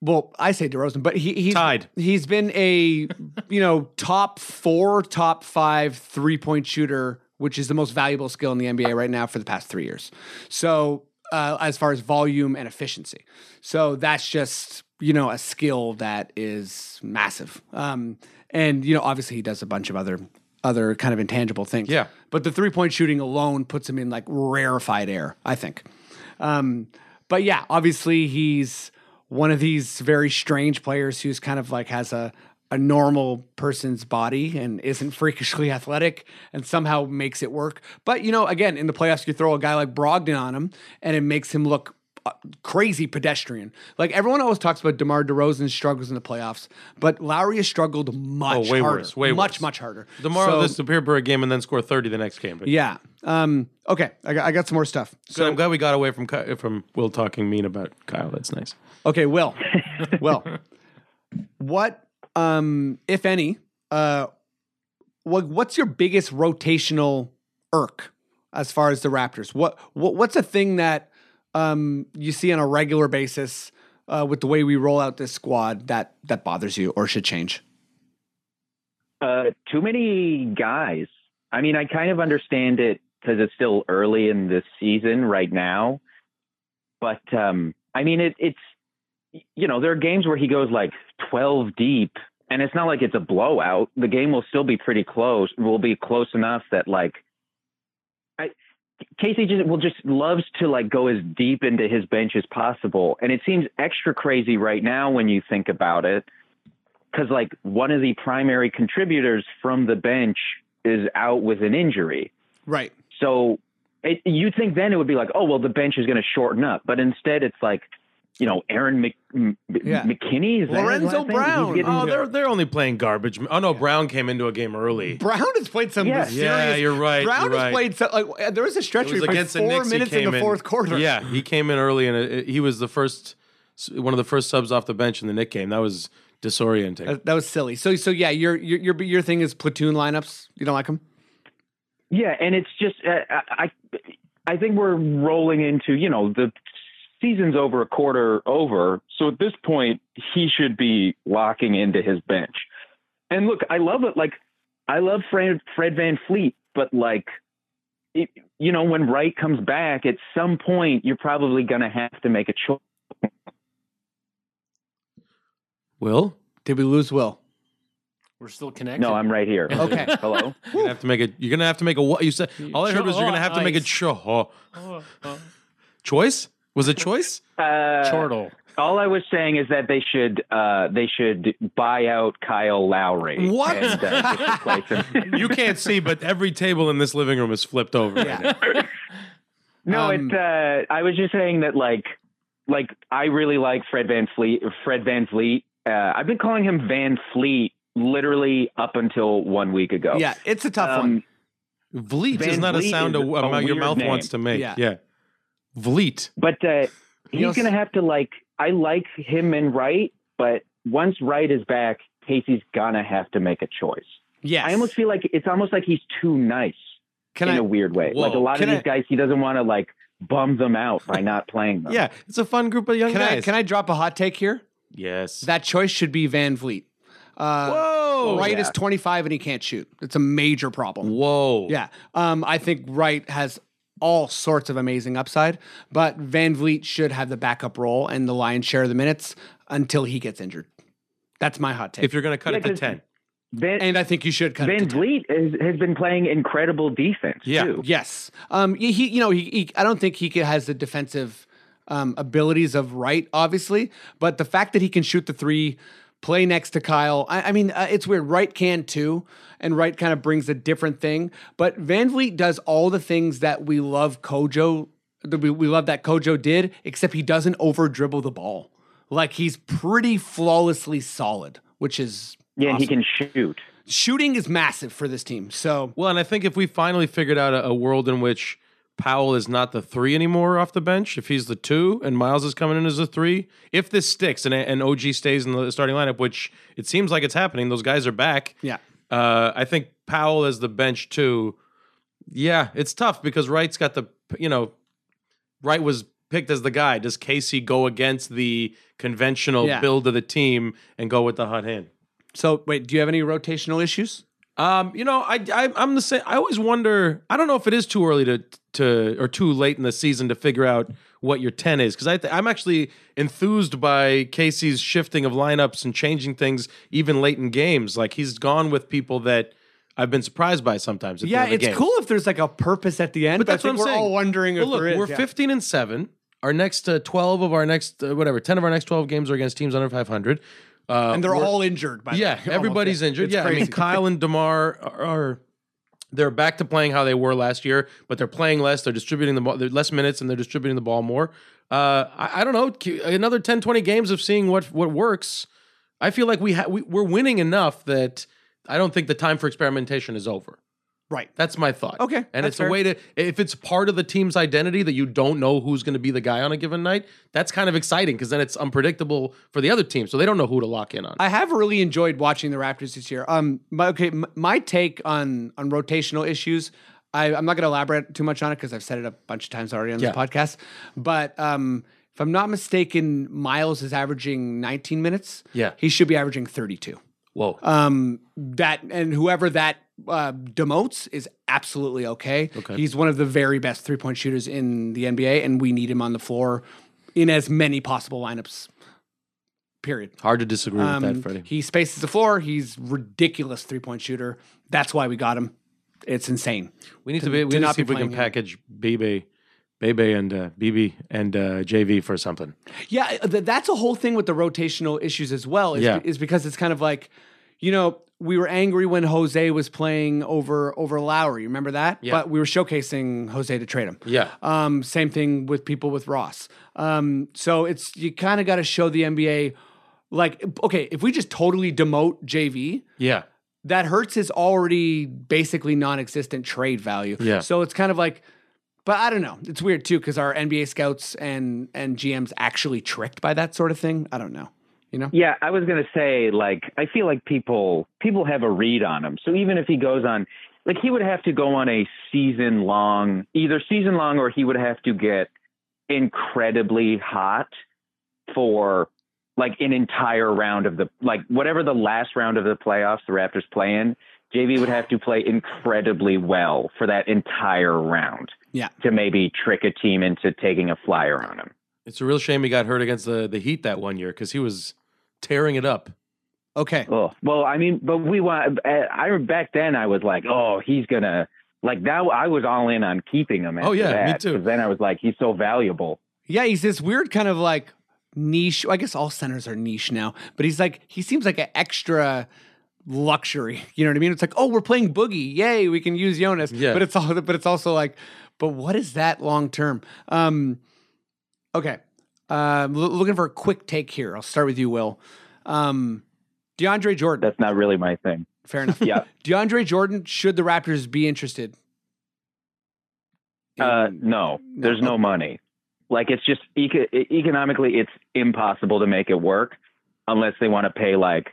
Speaker 1: well, I say DeRozan, but he he's
Speaker 5: Tied.
Speaker 1: He's been a you know top four, top five three point shooter, which is the most valuable skill in the NBA right now for the past three years. So uh, as far as volume and efficiency, so that's just you know a skill that is massive. Um, and you know obviously he does a bunch of other other kind of intangible things.
Speaker 5: Yeah.
Speaker 1: but the three point shooting alone puts him in like rarefied air. I think. Um, but yeah, obviously he's one of these very strange players who's kind of like has a a normal person's body and isn't freakishly athletic and somehow makes it work. But you know, again, in the playoffs, you throw a guy like Brogdon on him and it makes him look uh, crazy pedestrian. Like everyone always talks about DeMar DeRozan's struggles in the playoffs, but Lowry has struggled much
Speaker 5: Oh, way
Speaker 1: harder,
Speaker 5: worse, way
Speaker 1: much
Speaker 5: worse.
Speaker 1: much harder.
Speaker 5: Tomorrow,
Speaker 1: So,
Speaker 5: this disappear for a game and then score thirty the next game. But
Speaker 1: yeah. Um, okay, I got, I got some more stuff.
Speaker 5: so I'm glad we got away from Ky- from Will talking mean about Kyle. That's nice.
Speaker 1: Okay, Will. Will. What um if any uh what what's your biggest rotational irk as far as the Raptors? What what what's a thing that um you see on a regular basis uh with the way we roll out this squad that that bothers you or should change?
Speaker 6: Uh, too many guys. I mean, I kind of understand it because it's still early in the season right now. But um, I mean, it, it's you know there are games where he goes like twelve deep, and it's not like it's a blowout. The game will still be pretty close. Will be close enough that like, I Casey just will just loves to like go as deep into his bench as possible, and it seems extra crazy right now when you think about it because like one of the primary contributors from the bench is out with an injury.
Speaker 1: Right.
Speaker 6: So it, you'd think then it would be like, oh, well, the bench is going to shorten up. But instead, it's like, you know, Aaron Mc, M-
Speaker 1: Yeah.
Speaker 6: McKinney is that his
Speaker 1: Lorenzo
Speaker 6: last name? He's
Speaker 1: Brown.
Speaker 6: getting-
Speaker 5: Oh, they're they're only playing garbage. Oh no, Brown came into a game early.
Speaker 1: Brown has played some
Speaker 6: Yeah.
Speaker 1: serious
Speaker 5: Yeah, you're right,
Speaker 1: Brown
Speaker 5: you're
Speaker 1: has
Speaker 5: right.
Speaker 1: played some, like uh, there was a stretch where
Speaker 5: It was
Speaker 1: he played
Speaker 5: against the
Speaker 1: four
Speaker 5: Knicks, he
Speaker 1: minutes in
Speaker 5: came
Speaker 1: the fourth quarter.
Speaker 5: Yeah, he came in early and it, it- he was the first, one of the first subs off the bench in the Nick game. That was disorienting.
Speaker 1: That, that was silly. So so yeah, your your your your thing is platoon lineups. You don't like them?
Speaker 6: Yeah, and it's just uh, I, I think we're rolling into you know the season's over a quarter over, so at this point he should be locking into his bench. And look, I love it. Like I love Fred Fred Van Fleet, but like it, you know when Wright comes back, at some point you're probably gonna have to make a choice.
Speaker 5: Will
Speaker 1: Did we lose Will?
Speaker 4: We're still connected.
Speaker 6: No, I'm right here.
Speaker 1: Okay.
Speaker 6: Hello.
Speaker 5: you have to make a. You're gonna have to make a. What you said? All I heard was you're gonna have to make a
Speaker 4: Choice.
Speaker 5: cho-
Speaker 4: Oh, oh.
Speaker 5: choice. Was it choice?
Speaker 6: Uh,
Speaker 4: Chortle.
Speaker 6: all I was saying is that they should uh, they should buy out Kyle Lowry.
Speaker 5: What?
Speaker 6: And, uh, just replace him.
Speaker 5: you can't see, but every table in this living room is flipped over. right now.
Speaker 6: No,
Speaker 1: Um,
Speaker 6: it. Uh, I was just saying that, like, like I really like Fred Van Fleet. Fred Van Fleet. Uh, I've been calling him Van Fleet literally up until one week ago.
Speaker 1: Yeah, it's a tough one.
Speaker 6: Um,
Speaker 5: Vleet is
Speaker 6: Van
Speaker 5: not a
Speaker 6: Vliet
Speaker 5: sound a,
Speaker 6: is
Speaker 5: a,
Speaker 6: a
Speaker 5: mou- your
Speaker 6: weird
Speaker 5: mouth
Speaker 6: name.
Speaker 5: wants to make.
Speaker 1: Yeah.
Speaker 5: Yeah. Vleet.
Speaker 6: but uh, he's
Speaker 1: know, s-
Speaker 6: gonna have to like. I like him and Wright, but once Wright is back, Casey's gonna have to make a choice.
Speaker 1: Yes.
Speaker 6: I almost feel like it's almost like he's too nice
Speaker 1: can
Speaker 6: in a
Speaker 1: I?
Speaker 6: weird way. like a
Speaker 5: Whoa.
Speaker 6: lot
Speaker 1: Can
Speaker 6: of these
Speaker 1: I-
Speaker 6: guys, he doesn't want to like bum them out by not playing them.
Speaker 5: Yeah, it's a fun group of young
Speaker 1: Can
Speaker 5: guys.
Speaker 1: I? Can I drop a hot take here?
Speaker 5: Yes.
Speaker 1: That choice should be Van Vliet. Uh,
Speaker 5: Whoa.
Speaker 1: Wright
Speaker 6: yeah.
Speaker 1: is 25 and he can't shoot. It's a major problem.
Speaker 5: Whoa.
Speaker 1: Yeah. Um, I think Wright has all sorts of amazing upside, but Van Vliet should have the backup role and the lion's share of the minutes until he gets injured. That's my hot take.
Speaker 5: If you're gonna cut
Speaker 6: Yeah,
Speaker 5: it to
Speaker 6: 'cause-
Speaker 5: ten.
Speaker 6: Van,
Speaker 1: and I think you should cut it to
Speaker 6: Van Vliet has, has been playing incredible defense
Speaker 5: Yeah.
Speaker 6: too.
Speaker 1: Yes. Um. He. he- you know. He, he. I don't think he ca- has the defensive um, abilities of Wright, obviously, but the fact that he can shoot the three, play next to Kyle. I, I mean, uh, it's weird. Wright can too, and Wright kind of brings a different thing. But Van Vliet does all the things that we love Kojo. That we, we love that Kojo did, except he doesn't over dribble the ball. Like he's pretty flawlessly solid, which is
Speaker 6: Yeah, and he can shoot.
Speaker 1: shooting is massive for this team. So
Speaker 5: Well, and I think if we finally figured out a, a world in which Powell is not the three anymore off the bench, if he's the two and Miles is coming in as a three, if this sticks and, and OG stays in the starting lineup, which it seems like it's happening, those guys are back.
Speaker 1: yeah.
Speaker 5: Uh, I think Powell as the bench too. Yeah, it's tough because Wright's got the you know, Wright was picked as the guy, does Casey go against the conventional
Speaker 1: Yeah.
Speaker 5: build of the team and go with the hot hand?
Speaker 1: So wait, do you have any rotational issues?
Speaker 5: Um, you know, I, I I'm the same. I always wonder. I don't know if it is too early to to or too late in the season to figure out what your ten is because I th- I'm actually enthused by Casey's shifting of lineups and changing things even late in games. Like he's gone with people that I've been surprised by sometimes. At the
Speaker 1: Yeah,
Speaker 5: end of
Speaker 1: it's
Speaker 5: the game.
Speaker 1: cool if there's like a purpose at the end.
Speaker 5: But that's
Speaker 1: I
Speaker 5: what
Speaker 1: think
Speaker 5: I'm
Speaker 1: we're
Speaker 5: saying.
Speaker 1: all wondering
Speaker 5: Well,
Speaker 1: if
Speaker 5: look,
Speaker 1: there is.
Speaker 5: we're
Speaker 1: yeah.
Speaker 5: 15 and seven. Our next uh, 12 of our next uh, whatever 10 of our next 12 games are against teams under 500. Uh,
Speaker 1: and they're
Speaker 5: we're-
Speaker 1: all injured. By the way.
Speaker 5: yeah,
Speaker 1: Almost,
Speaker 5: everybody's injured.
Speaker 1: It's
Speaker 5: yeah, I mean,
Speaker 1: crazy.
Speaker 5: Kyle and Demar are, are they're back to playing how they were last year, but they're playing less. They're distributing the ball, they're less minutes, and they're distributing the ball more. Uh, I, I don't know. Q- Another 10, 20 games of seeing what what works. I feel like we ha- we we're winning enough that I don't think the time for experimentation is over.
Speaker 1: right.
Speaker 5: That's my thought.
Speaker 1: Okay,
Speaker 5: and
Speaker 1: that's
Speaker 5: it's a
Speaker 1: fair.
Speaker 5: way to if it's part of the team's identity that you don't know who's going to be the guy on a given night. That's kind of exciting because then it's unpredictable for the other team, so they don't know who to lock in on.
Speaker 1: I have really enjoyed watching the Raptors this year. Um, my, okay, m- my take on on rotational issues. I, I'm not going to elaborate too much on it because I've said it a bunch of times already on this
Speaker 5: Yeah.
Speaker 1: podcast. But um, if I'm not mistaken, Miles is averaging 19 minutes.
Speaker 5: Yeah.
Speaker 1: he should be averaging 32.
Speaker 5: Whoa.
Speaker 1: Um, that and whoever that uh, demotes is absolutely okay.
Speaker 5: Okay.
Speaker 1: He's one of the very best three point shooters in the NBA, and we need him on the floor in as many possible lineups. Period.
Speaker 5: Hard to disagree with
Speaker 1: Um,
Speaker 5: that, Freddie.
Speaker 1: He spaces the floor. He's ridiculous three point shooter. That's why we got him. It's insane.
Speaker 5: We need to,
Speaker 1: to-
Speaker 5: be. We
Speaker 1: to
Speaker 5: need to
Speaker 1: not be
Speaker 5: see if we can
Speaker 1: playing him.
Speaker 5: package BB, BB and uh, BB and uh, JV for something.
Speaker 1: Yeah, uh, th- that's a whole thing with the rotational issues as well. Is,
Speaker 5: Yeah.
Speaker 1: is because it's kind of like, you know, we were angry when Jose was playing over over Lowry. Remember that?
Speaker 5: Yeah.
Speaker 1: But we were showcasing Jose to trade him.
Speaker 5: Yeah.
Speaker 1: Um, same thing with people with Ross. Um, so it's you kind of got to show the NBA, like, okay, if we just totally demote JV,
Speaker 5: Yeah.
Speaker 1: that hurts his already basically non-existent trade value.
Speaker 5: Yeah.
Speaker 1: So it's kind of like, but I don't know. It's weird too because our NBA scouts and and GMs actually tricked by that sort of thing. I don't know. You know.
Speaker 6: Yeah, I was gonna say like I feel like people people have a read on him. So even if he goes on, like he would have to go on a season long, either season long or he would have to get incredibly hot for like an entire round of the like whatever the last round of the playoffs the Raptors play in. JV would have to play incredibly well for that entire round.
Speaker 1: Yeah.
Speaker 6: To maybe trick a team into taking a flyer on him.
Speaker 5: It's a real shame he got hurt against the the Heat that one year because he was tearing it up.
Speaker 1: Okay.
Speaker 6: Oh, well, I mean, but we want. I remember back then I was like, oh, he's gonna like now. I was all in on keeping him. After
Speaker 5: Oh, yeah, me
Speaker 6: that,
Speaker 5: too.
Speaker 6: 'cause Then I was like, he's so valuable.
Speaker 1: Yeah, he's this weird kind of like niche. I guess all centers are niche now, but he's like he seems like an extra luxury. You know what I mean? It's like, oh, we're playing Boogie, yay, we can use Jonas.
Speaker 5: Yeah.
Speaker 1: But it's all. But it's also like, but what is that long term? Um, okay, uh, loo- looking for a quick take here. I'll start with you, Will. Um, DeAndre Jordan.
Speaker 6: That's not really my thing.
Speaker 1: fair enough.
Speaker 6: Yeah.
Speaker 1: DeAndre Jordan. Should the Raptors be interested?
Speaker 6: Uh,
Speaker 5: Mm.
Speaker 1: in-
Speaker 6: no, there's no
Speaker 1: okay.
Speaker 6: money. Like it's just eco- e, economically, it's impossible to make it work unless they want to pay like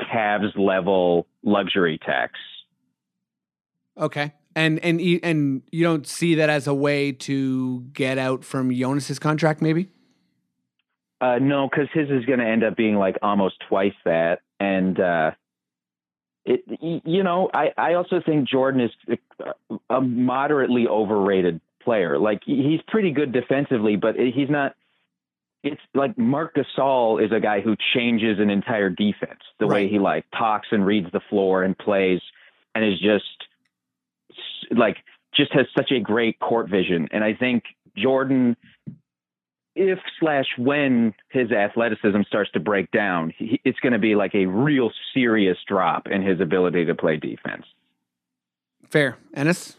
Speaker 6: Cavs level luxury tax.
Speaker 1: Okay. And and you- and you don't see that as a way to get out from Jonas's contract, maybe?
Speaker 6: Uh, no, because his is going to end up being like almost twice that, and uh, it y- you know I I also think Jordan is uh, a moderately overrated player. Like he- he's pretty good defensively, but he's not. It's like Mark Gasol is a guy who changes an entire defense the way
Speaker 1: Right.
Speaker 6: he like talks and reads the floor and plays, and is just s- like just has such a great court vision. And I think Jordan if slash when his athleticism starts to break down, he, it's going to be like a real serious drop in his ability to play defense.
Speaker 1: Fair. Ennis?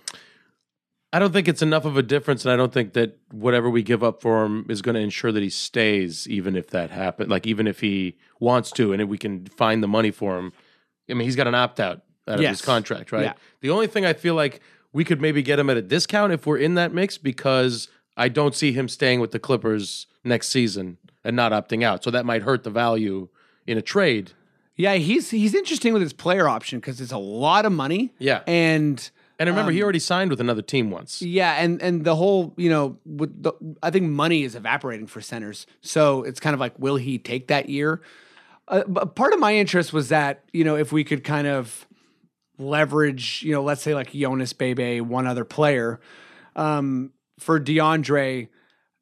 Speaker 5: I don't think it's enough of a difference, and I don't think that whatever we give up for him is going to ensure that he stays, even if that happens. Like even if he wants to, and if we can find the money for him, I mean, he's got an opt out out of his
Speaker 1: Yes.
Speaker 5: contract, right?
Speaker 1: Yeah.
Speaker 5: The only thing I feel like we could maybe get him at a discount if we're in that mix because I don't see him staying with the Clippers next season and not opting out, so that might hurt the value in a trade.
Speaker 1: Yeah, he's he's interesting with his player option because it's a lot of money.
Speaker 5: Yeah.
Speaker 1: And
Speaker 5: And remember, he
Speaker 1: Um,
Speaker 5: already signed with another team once.
Speaker 1: Yeah, and and the whole you know, with the, I think money is evaporating for centers, so it's kind of like, will he take that year? Uh, but part of my interest was that you know if we could kind of leverage you know let's say like Jonas Bebe, one other player, um, for DeAndre,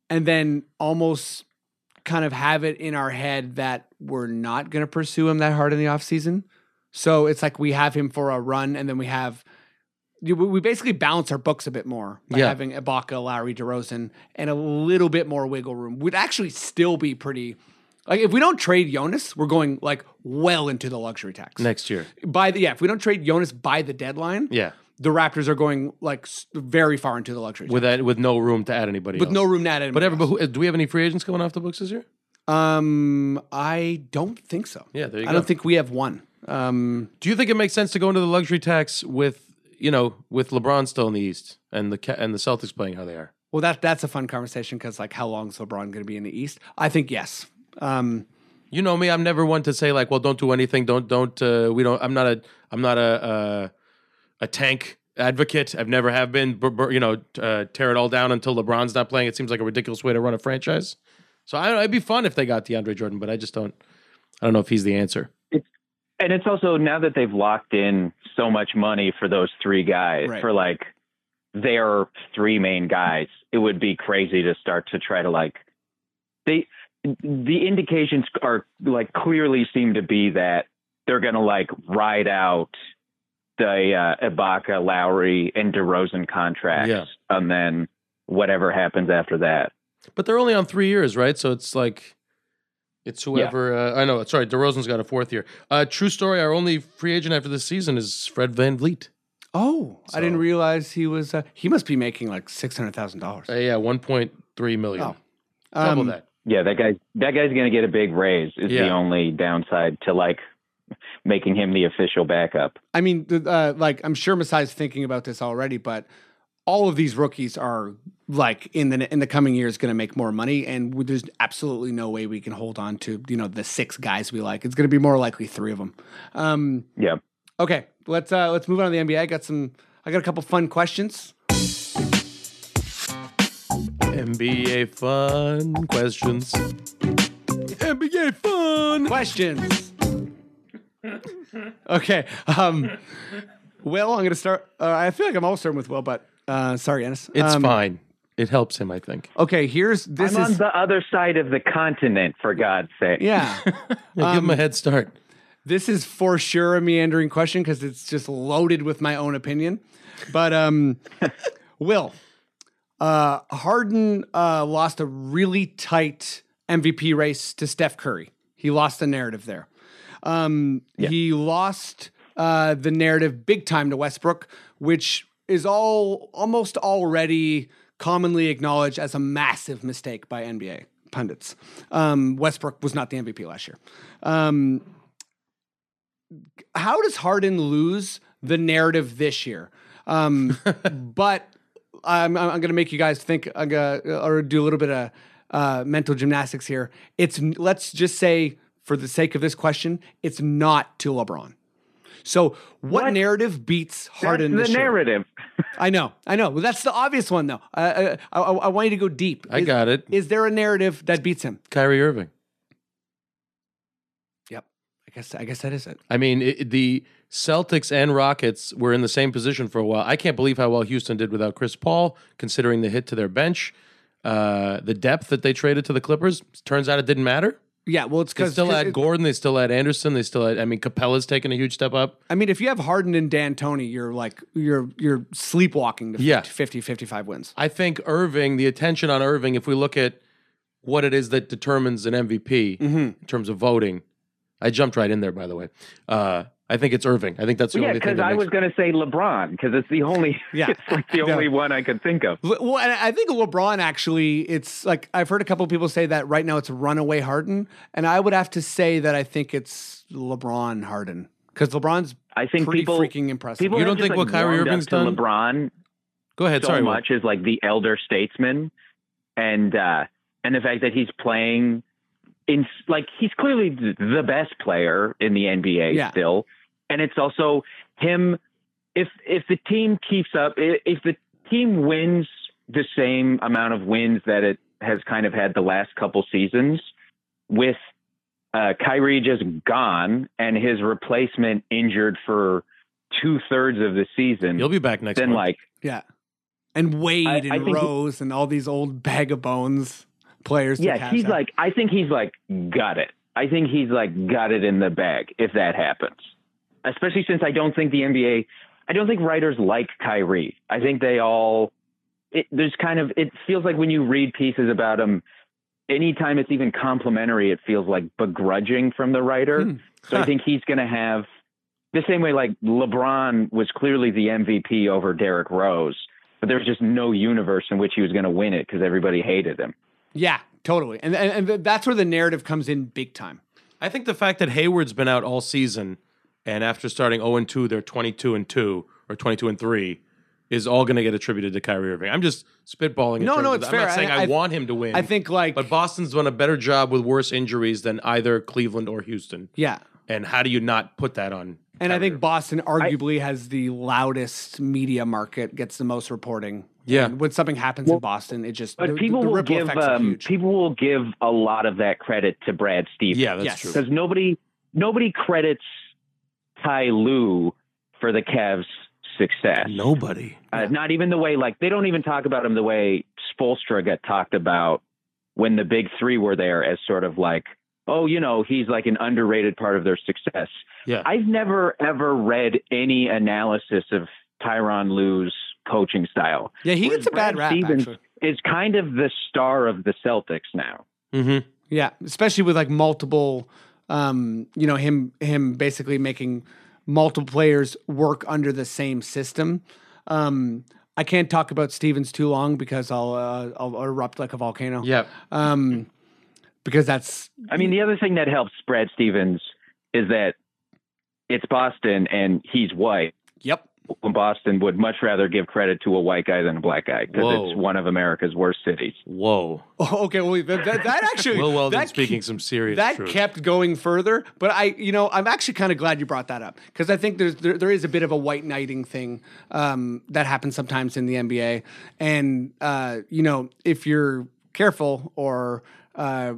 Speaker 1: and then almost kind of have it in our head that we're not going to pursue him that hard in the offseason. So it's like we have him for a run, and then we have you- we we basically balance our books a bit more by
Speaker 5: Yeah.
Speaker 1: having Ibaka, Lowry, DeRozan, and a little bit more wiggle room. Would actually still be pretty. Like if we don't trade Jonas, we're going like well into the luxury tax
Speaker 5: Next year.
Speaker 1: By the yeah, if we don't trade Jonas by the deadline,
Speaker 5: Yeah.
Speaker 1: the Raptors are going like s- very far into the luxury
Speaker 5: With
Speaker 1: tax.
Speaker 5: that, with no room to add anybody.
Speaker 1: with
Speaker 5: else.
Speaker 1: no room net.
Speaker 5: But, every, but who, do we have any free agents coming off the books this year?
Speaker 1: Um, I don't think so.
Speaker 5: Yeah, there you
Speaker 1: I
Speaker 5: go.
Speaker 1: don't think we have one. Um,
Speaker 5: Do you think it makes sense to go into the luxury tax with you know with LeBron still in the East and the Ca- and the Celtics playing how they are?
Speaker 1: well, that that's a fun conversation because like, how long is LeBron going to be in the East? I think yes. Um,
Speaker 5: You know me, I'm never one to say like, well, don't do anything, don't don't uh, we don't. I'm not a I'm not a uh, a tank advocate. I've never have been. Bur- bur- You know, uh, tear it all down until LeBron's not playing. It seems like a ridiculous way to run a franchise. So I don't know, it'd be fun if they got DeAndre Jordan, but I just don't. I don't know if he's the answer.
Speaker 6: And it's also now that they've locked in so much money for those three guys,
Speaker 1: Right.
Speaker 6: for like their three main guys, it would be crazy to start to try to like they the indications are like clearly seem to be that they're gonna like ride out the uh, Ibaka, Lowry, and DeRozan contracts,
Speaker 5: Yeah.
Speaker 6: and then whatever happens after that.
Speaker 5: But they're only on three years, right? So it's like it's whoever. Uh, I know. Sorry, DeRozan's got a fourth year. Uh, true story. Our only free agent after this season is Fred Van Vliet.
Speaker 1: oh, I didn't
Speaker 5: So-
Speaker 1: realize he was. Uh, he must be making like six hundred thousand dollars.
Speaker 5: Uh, yeah, one point three million.
Speaker 1: Oh,
Speaker 5: Double that.
Speaker 6: Yeah, that guy that guy's gonna get a big raise. Is the
Speaker 5: Yeah.
Speaker 6: only downside to like making him the official backup.
Speaker 1: I mean, th- uh, like I'm sure Masai's thinking about this already, but all of these rookies are like in the in the coming years going to make more money, and w- there's absolutely no way we can hold on to you know the six guys we like. It's going to be more likely three of them. Um,
Speaker 6: Yeah.
Speaker 1: Okay, let's uh, let's move on to the NBA. I got some. I got a couple fun questions.
Speaker 5: NBA fun questions. NBA fun.
Speaker 1: Questions. okay. Um, Will, I'm going to start. Uh, I feel like I'm always starting with Will, but uh, sorry, Ennis.
Speaker 5: It's
Speaker 1: Um,
Speaker 5: fine. It helps him, I think.
Speaker 1: Okay, here's this
Speaker 6: I'm
Speaker 1: is
Speaker 6: on the other side of the continent, for God's sake.
Speaker 1: yeah.
Speaker 5: Yeah, give him
Speaker 1: um,
Speaker 5: a head start.
Speaker 1: this is for sure a meandering question because it's just loaded with my own opinion. But um, Will, uh, Harden uh, lost a really tight MVP race to Steph Curry. He lost the narrative there. Um, He lost uh, the narrative big time to Westbrook, which is all almost already commonly acknowledged as a massive mistake by NBA pundits. Um, Westbrook was not the MVP last year. Um, how does Harden lose the narrative this year? Um, but I'm, I'm going to make you guys think I'm gonna, or do a little bit of uh, mental gymnastics here. It's let's just say, for the sake of this question, it's not to LeBron. So, what, narrative beats
Speaker 6: That's
Speaker 1: Harden?
Speaker 6: the
Speaker 1: this year?
Speaker 6: narrative.
Speaker 1: I know, I know. Well, that's the obvious one, though. Uh, I, I, I want you to go deep.
Speaker 5: I
Speaker 1: Is-
Speaker 5: got it.
Speaker 1: Is there a narrative that beats him?
Speaker 5: Kyrie Irving.
Speaker 1: Yep. I guess. I guess that is it.
Speaker 5: I mean, it, the Celtics and Rockets were in the same position for a while. I can't believe how well Houston did without Chris Paul, considering the hit to their bench, uh, the depth that they traded to the Clippers. Turns out it didn't matter.
Speaker 1: Yeah. Well, it's
Speaker 5: They
Speaker 1: because
Speaker 5: still had Gordon. They still had Anderson. They still had. I mean, Capella's taken a huge step up.
Speaker 1: I mean, if you have Harden and D'Antoni, you're like you're you're sleepwalking to
Speaker 5: Yeah.
Speaker 1: 50, 50 55 wins.
Speaker 5: I think Irving, the attention on Irving, if we look at what it is that determines an MVP
Speaker 6: Mm-hmm.
Speaker 5: in terms of voting, I jumped right in there. By the way, uh, I think it's Irving. I think that's the
Speaker 6: yeah,
Speaker 5: only thing.
Speaker 6: because
Speaker 5: That
Speaker 6: I
Speaker 5: makes-
Speaker 6: was going to say LeBron because it's the only.
Speaker 1: Yeah.
Speaker 6: it's like the
Speaker 1: No.
Speaker 6: only one I could think of.
Speaker 1: Le- Well, and I think LeBron actually, it's like I've heard a couple of people say that right now it's runaway Harden, and I would have to say that I think it's LeBron Harden because LeBron's
Speaker 6: I think
Speaker 1: pretty
Speaker 6: people
Speaker 1: freaking impressive.
Speaker 6: people
Speaker 5: You don't
Speaker 6: have just,
Speaker 5: think
Speaker 6: like,
Speaker 5: what Kyrie
Speaker 6: warmed up
Speaker 5: Irving's
Speaker 6: to
Speaker 5: done?
Speaker 6: LeBron
Speaker 5: Go ahead.
Speaker 6: so
Speaker 5: sorry, Will.
Speaker 6: much is like the elder statesman, and uh, and the fact that he's playing in like he's clearly th- the best player in the NBA
Speaker 1: Yeah.
Speaker 6: still, and it's also him if if the team keeps up, i- if the team wins the same amount of wins that it has kind of had the last couple seasons, with uh, Kyrie just gone and his replacement injured for two thirds of the season,
Speaker 5: You'll be back next.
Speaker 6: then
Speaker 5: month.
Speaker 6: like
Speaker 1: Yeah. And Wade
Speaker 6: I- I
Speaker 1: and
Speaker 6: think-
Speaker 1: Rose and all these old bag of bones players. to
Speaker 6: yeah,
Speaker 1: cash
Speaker 6: he's
Speaker 1: out.
Speaker 6: like I think he's like got it. I think he's like got it in the bag if that happens. Especially since I don't think the NBA I don't think writers like Kyrie. I think they all it, there's kind of it feels like when you read pieces about him anytime it's even complimentary it feels like begrudging from the writer.
Speaker 1: Hmm.
Speaker 6: So I think he's going to have the same way like LeBron was clearly the MVP over Derrick Rose, but there was just no universe in which he was going to win it because everybody hated him.
Speaker 1: Yeah, totally. And, and and th- that's where the narrative comes in big time.
Speaker 5: I think the fact that Hayward's been out all season, and after starting zero and two, they're twenty two and two or twenty two and three, is all going to get attributed to Kyrie Irving. I'm just spitballing. in
Speaker 1: No,
Speaker 5: terms
Speaker 1: no,
Speaker 5: of-
Speaker 1: it's
Speaker 5: I'm
Speaker 1: fair.
Speaker 5: not
Speaker 1: I-
Speaker 5: saying I,
Speaker 1: I-
Speaker 5: want him to win.
Speaker 1: I think like
Speaker 5: but Boston's done a better job with worse injuries than either Cleveland or Houston.
Speaker 1: yeah.
Speaker 5: And how do you not put that on?
Speaker 1: And I
Speaker 5: Kyrie
Speaker 1: think
Speaker 5: Irving?
Speaker 1: Boston arguably has the loudest media market, gets the most reporting.
Speaker 5: Yeah.
Speaker 1: And when something happens in Boston, it just
Speaker 6: But
Speaker 1: the,
Speaker 6: people
Speaker 1: the
Speaker 6: will
Speaker 1: ripple
Speaker 6: give
Speaker 1: effects are
Speaker 6: um,
Speaker 1: huge.
Speaker 6: people will give a lot of that credit to Brad Stevens.
Speaker 5: yeah, that's
Speaker 1: Yes.
Speaker 5: true.
Speaker 6: because nobody nobody credits Ty Lue for the Cavs' success.
Speaker 5: Nobody.
Speaker 6: Uh, not even the way like they don't even talk about him the way Spolstra got talked about when the big three were there as sort of like oh you know he's like an underrated part of their success.
Speaker 5: Yeah.
Speaker 6: I've never ever read any analysis of Tyron Lue's coaching style
Speaker 1: yeah, he gets a bad
Speaker 6: Brad
Speaker 1: rap
Speaker 6: Stevens
Speaker 1: actually.
Speaker 6: is kind of the star of the Celtics now.
Speaker 5: Mm-hmm.
Speaker 1: Yeah, especially with like multiple, um, you know, him him basically making multiple players work under the same system. Um, I can't talk about Stevens too long because I'll uh, I'll erupt like a volcano.
Speaker 5: Yeah.
Speaker 1: Um, because that's
Speaker 6: I mean, the other thing that helps Brad Stevens is that it's Boston and he's white.
Speaker 1: yep.
Speaker 6: And Boston would much rather give credit to a white guy than a black guy because
Speaker 5: Whoa.
Speaker 6: it's one of America's worst cities.
Speaker 5: Whoa.
Speaker 1: Oh, okay, well that, that, that actually
Speaker 5: Will Weldon
Speaker 1: that
Speaker 5: speaking
Speaker 1: ke-
Speaker 5: some serious
Speaker 1: that
Speaker 5: truth.
Speaker 1: kept going further. But I, you know, I'm actually kind of glad you brought that up because I think there's there, there is a bit of a white knighting thing um, that happens sometimes in the NBA, and uh, you know, if you're careful or uh,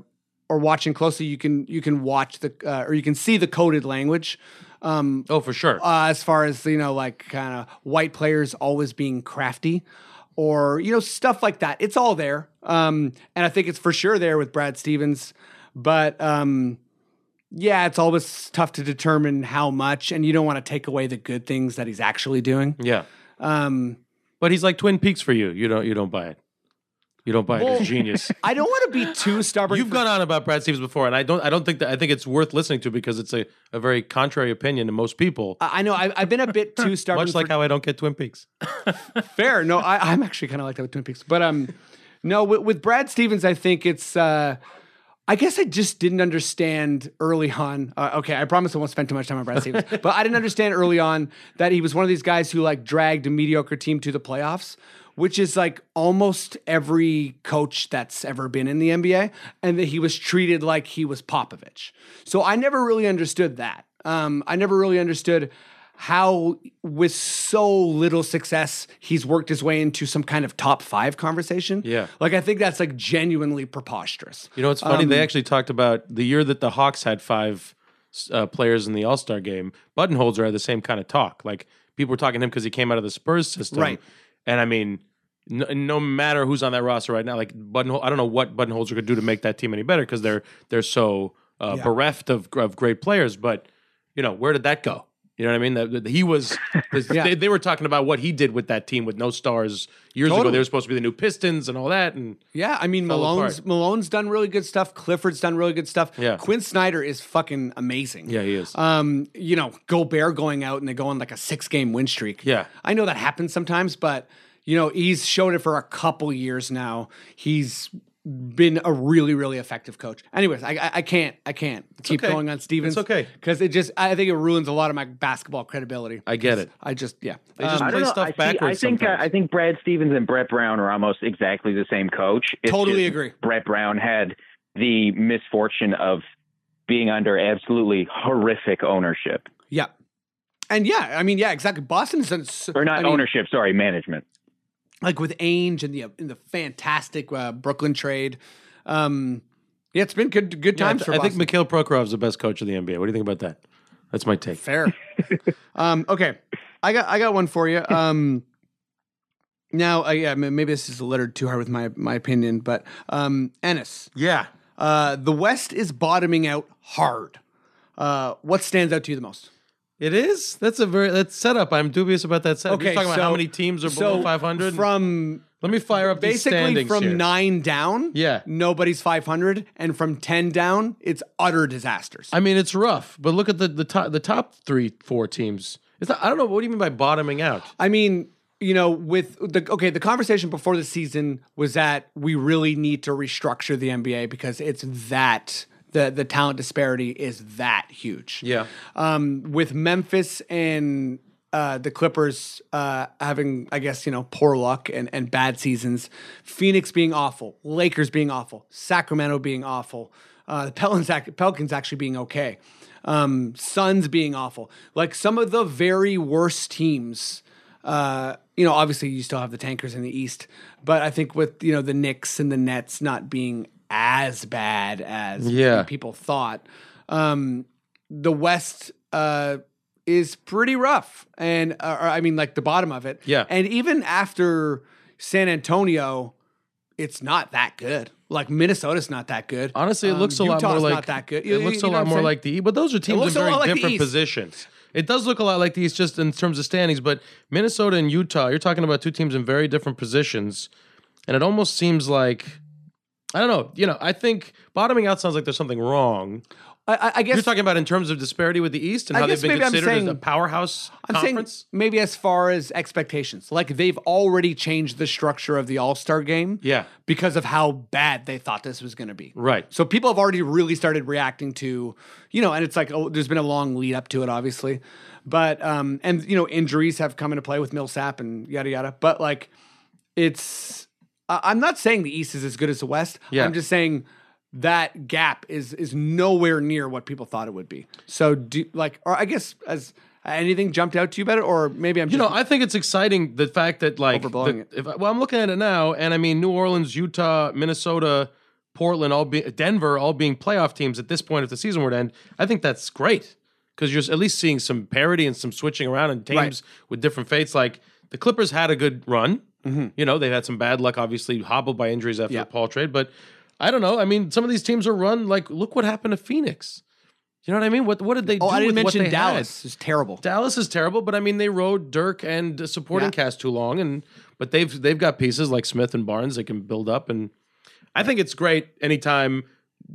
Speaker 1: or watching closely, you can you can watch the uh, or you can see the coded language. Um,
Speaker 5: oh, for sure.
Speaker 1: uh, as far as you know, like kind of white players always being crafty, or you know stuff like that. It's all there, um, and I think it's for sure there with Brad Stevens. But um, yeah, it's always tough to determine how much, and you don't want to take away the good things that he's actually doing.
Speaker 5: yeah.
Speaker 1: Um,
Speaker 5: But he's like Twin Peaks for you. You don't. You don't buy it. You don't buy it.
Speaker 1: Well-
Speaker 5: He's genius.
Speaker 1: I don't want to be too stubborn.
Speaker 5: You've
Speaker 1: for-
Speaker 5: gone on about Brad Stevens before, and I don't. I don't think that. I think it's worth listening to because it's a, a very contrary opinion to most people.
Speaker 1: I I know I, I've been a bit too stubborn.
Speaker 5: much like how I don't get Twin Peaks.
Speaker 1: Fair. No, I, I'm actually kind of like that with Twin Peaks, but um, no, with, with Brad Stevens, I think it's. Uh, I guess I just didn't understand early on. Uh, okay, I promise I won't spend too much time on Brad Stevens, but I didn't understand early on that he was one of these guys who like dragged a mediocre team to the playoffs, which is like almost every coach that's ever been in the NBA, and that he was treated like he was Popovich. So I never really understood that. Um, I never really understood how with so little success he's worked his way into some kind of top five conversation
Speaker 5: Yeah.
Speaker 1: like i think that's like genuinely preposterous
Speaker 5: You know, it's funny.
Speaker 1: Um,
Speaker 5: they actually talked about the year that the Hawks had five uh, players in the All Star game. Buttonholzer had the same kind of talk. Like people were talking to him because he came out of the Spurs system,
Speaker 1: Right.
Speaker 5: And I mean, no, no matter who's on that roster right now, like Buttonhol, I don't know what Buttonholzer could do to make that team any better because they're they're so uh, bereft of of great players. But you know, where did that go? You know what I mean? That that he was. they, they were talking about what he did with that team with no stars years ago.
Speaker 1: Totally.
Speaker 5: They were supposed to be the new Pistons and all that, and
Speaker 1: Yeah, I mean
Speaker 5: fell
Speaker 1: Malone's
Speaker 5: apart.
Speaker 1: Malone's done really good stuff. Clifford's done really good stuff.
Speaker 5: Yeah.
Speaker 1: Quinn Snyder is fucking amazing.
Speaker 5: Yeah, he is.
Speaker 1: Um, you know, Gobert going out and they go on like a six game win streak.
Speaker 5: Yeah.
Speaker 1: I know that happens sometimes, but you know he's showed it for a couple years now. He's been a really really effective coach. Anyways, I I, I can't I can't keep
Speaker 5: okay.
Speaker 1: going on Stevens.
Speaker 5: It's okay.
Speaker 1: because it just I think it ruins a lot of my basketball credibility.
Speaker 5: I get it.
Speaker 1: I just yeah.
Speaker 5: They just
Speaker 1: Um,
Speaker 6: I
Speaker 5: play
Speaker 6: don't know.
Speaker 5: stuff
Speaker 6: I, see-
Speaker 5: backwards.
Speaker 6: I think uh,
Speaker 5: sometimes.
Speaker 6: I think Brad Stevens and Brett Brown are almost exactly the same coach. It's
Speaker 1: Totally
Speaker 6: just
Speaker 1: agree.
Speaker 6: Brett Brown had the misfortune of being under absolutely horrific ownership.
Speaker 1: Yeah. And yeah, I mean, yeah, exactly. Boston has done so,
Speaker 6: or not
Speaker 1: I mean,
Speaker 6: ownership, sorry, management.
Speaker 1: like with Ainge and the and the fantastic uh, Brooklyn trade. Um, yeah, it's been good good
Speaker 5: Yeah, I
Speaker 1: times
Speaker 5: th-
Speaker 1: for
Speaker 5: I
Speaker 1: Boston.
Speaker 5: think Mikhail Prokhorov's the best coach of the NBA. What do you think about that? That's my take.
Speaker 1: Fair. um, okay, I got I got one for you. Um, now, uh, yeah, m- maybe this is littered too hard with my my opinion, but um, Ennis,
Speaker 5: Yeah.
Speaker 1: uh, the West is bottoming out hard. Uh, what stands out to you the most?
Speaker 5: It is. That's a very that's setup. I'm dubious about that setup. You're talking about how many teams are below 500.
Speaker 1: From
Speaker 5: Let me fire up these
Speaker 1: basically
Speaker 5: standings
Speaker 1: from
Speaker 5: here.
Speaker 1: nine down,
Speaker 5: Yeah.
Speaker 1: nobody's five hundred, and from ten down, it's utter disasters.
Speaker 5: I mean, it's rough, but look at the the top the top three four teams. It's not, I don't know what do you mean by bottoming out.
Speaker 1: I mean, you know, with the okay, the conversation before the season was that we really need to restructure the NBA because it's that the the talent disparity is that huge.
Speaker 5: Yeah.
Speaker 1: Um, with Memphis and uh, the Clippers uh, having, I guess, you know, poor luck and, and bad seasons, Phoenix being awful, Lakers being awful, Sacramento being awful, uh, the Pelicans, ac- Pelicans actually being okay, um, Suns being awful. Like some of the very worst teams uh, you know, obviously you still have the tankers in the East, but I think with you know the Knicks and the Nets not being as bad as
Speaker 5: Yeah.
Speaker 1: people thought, um, the West uh, is pretty rough, and uh, or, I mean like the bottom of it.
Speaker 5: Yeah.
Speaker 1: and even after San Antonio, it's not that good. Like Minnesota's not that good.
Speaker 5: Honestly, it
Speaker 1: Um,
Speaker 5: looks a
Speaker 1: Utah's
Speaker 5: lot more like
Speaker 1: not that good. You-
Speaker 5: It looks
Speaker 1: you
Speaker 5: a
Speaker 1: know what
Speaker 5: lot
Speaker 1: I'm
Speaker 5: more
Speaker 1: saying?
Speaker 5: like the East, but those are teams in
Speaker 1: looks a
Speaker 5: very
Speaker 1: lot like the
Speaker 5: different
Speaker 1: East.
Speaker 5: positions. It does look a lot like the East, just in terms of standings. But Minnesota and Utah, you're talking about two teams in very different positions, and it almost seems like I don't know. You know, I think bottoming out sounds like there's something wrong.
Speaker 1: I, I- I guess
Speaker 5: You're talking about in terms of disparity with the East and
Speaker 1: I
Speaker 5: how they've
Speaker 1: guess
Speaker 5: been
Speaker 1: maybe I'm
Speaker 5: considered
Speaker 1: saying-
Speaker 5: as a powerhouse
Speaker 1: I'm
Speaker 5: conference.
Speaker 1: saying maybe as far as expectations, like they've already changed the structure of the All Star game,
Speaker 5: Yeah.
Speaker 1: because of how bad they thought this was going to be.
Speaker 5: Right.
Speaker 1: So people have already really started reacting to, you know, and it's like oh, there's been a long lead up to it, obviously, but um, and you know injuries have come into play with Millsap and yada yada, but like it's, I I'm not saying the East is as good as the West.
Speaker 5: Yeah.
Speaker 1: I'm just saying that gap is is nowhere near what people thought it would be. So do like, or I guess as anything jumped out to you about it, or maybe I'm
Speaker 5: You
Speaker 1: just
Speaker 5: know, I think it's exciting the fact that like
Speaker 1: Overblowing
Speaker 5: the- if I- well, I'm looking at it now, and I mean New Orleans, Utah, Minnesota, Portland, all be Denver, all being playoff teams at this point. If the season were to end, I think that's great because you're at least seeing some parity and some switching around and teams
Speaker 1: Right.
Speaker 5: with different fates. Like the Clippers had a good run. You know, they've had some bad luck, obviously hobbled by injuries
Speaker 1: Mm-hmm.
Speaker 5: after
Speaker 1: Yeah.
Speaker 5: the Paul trade, but I don't know. I mean, some of these teams are run like look what happened to Phoenix. You know what I mean? What what did they
Speaker 1: oh,
Speaker 5: do
Speaker 1: I didn't
Speaker 5: with what
Speaker 1: mention
Speaker 5: they had?
Speaker 1: Dallas. It's terrible.
Speaker 5: Dallas is terrible, but I mean they rode Dirk and a supporting
Speaker 1: Yeah.
Speaker 5: cast too long, and but they've they've got pieces like Smith and Barnes they can build up, and I think it's great anytime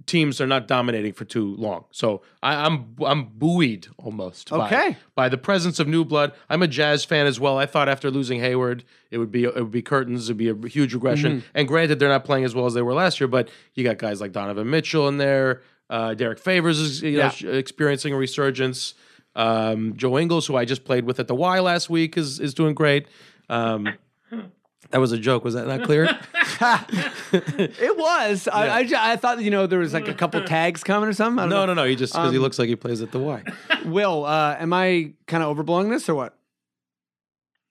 Speaker 5: teams are not dominating for too long. So I, I'm I'm buoyed almost. by-
Speaker 1: Okay.
Speaker 5: By, the presence of new blood, I'm a Jazz fan as well. I thought after losing Hayward, it would be it would be curtains, it'd be a huge
Speaker 1: Mm-hmm.
Speaker 5: regression. And granted, they're not playing as well as they were last year, but you got guys like Donovan Mitchell in there. Uh, Derek Favors is you know,
Speaker 1: Yeah.
Speaker 5: sh- experiencing a resurgence. Um, Joe Ingles, who I just played with at the Y last week, is is doing great. Um, that was a joke. Was that not clear?
Speaker 1: It was. I, I, ju- I thought you know there was like a couple tags coming or something. I don't
Speaker 5: no,
Speaker 1: know. Um,
Speaker 5: no, no. He just because he looks like he plays at the Y.
Speaker 1: Will, uh, am I kind of overblowing this or what?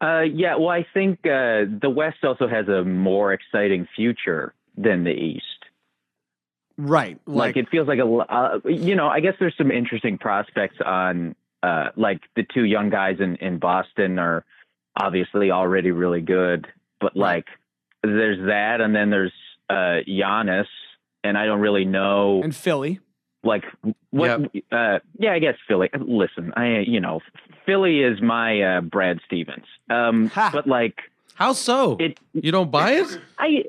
Speaker 6: Uh, yeah, well, I think uh, the West also has a more exciting future than the East.
Speaker 1: Right.
Speaker 6: Like, it feels like a, l- uh, you know, I guess there's some interesting prospects on, uh, like the two young guys in in Boston are obviously already really good, but like there's that, and then there's uh, Giannis, and I don't really know
Speaker 1: and Philly.
Speaker 6: like what uh yeah i guess philly listen i you know philly is my uh brad stevens um
Speaker 1: Ha.
Speaker 6: but like
Speaker 5: How so?
Speaker 6: It-
Speaker 5: you don't buy it?
Speaker 6: i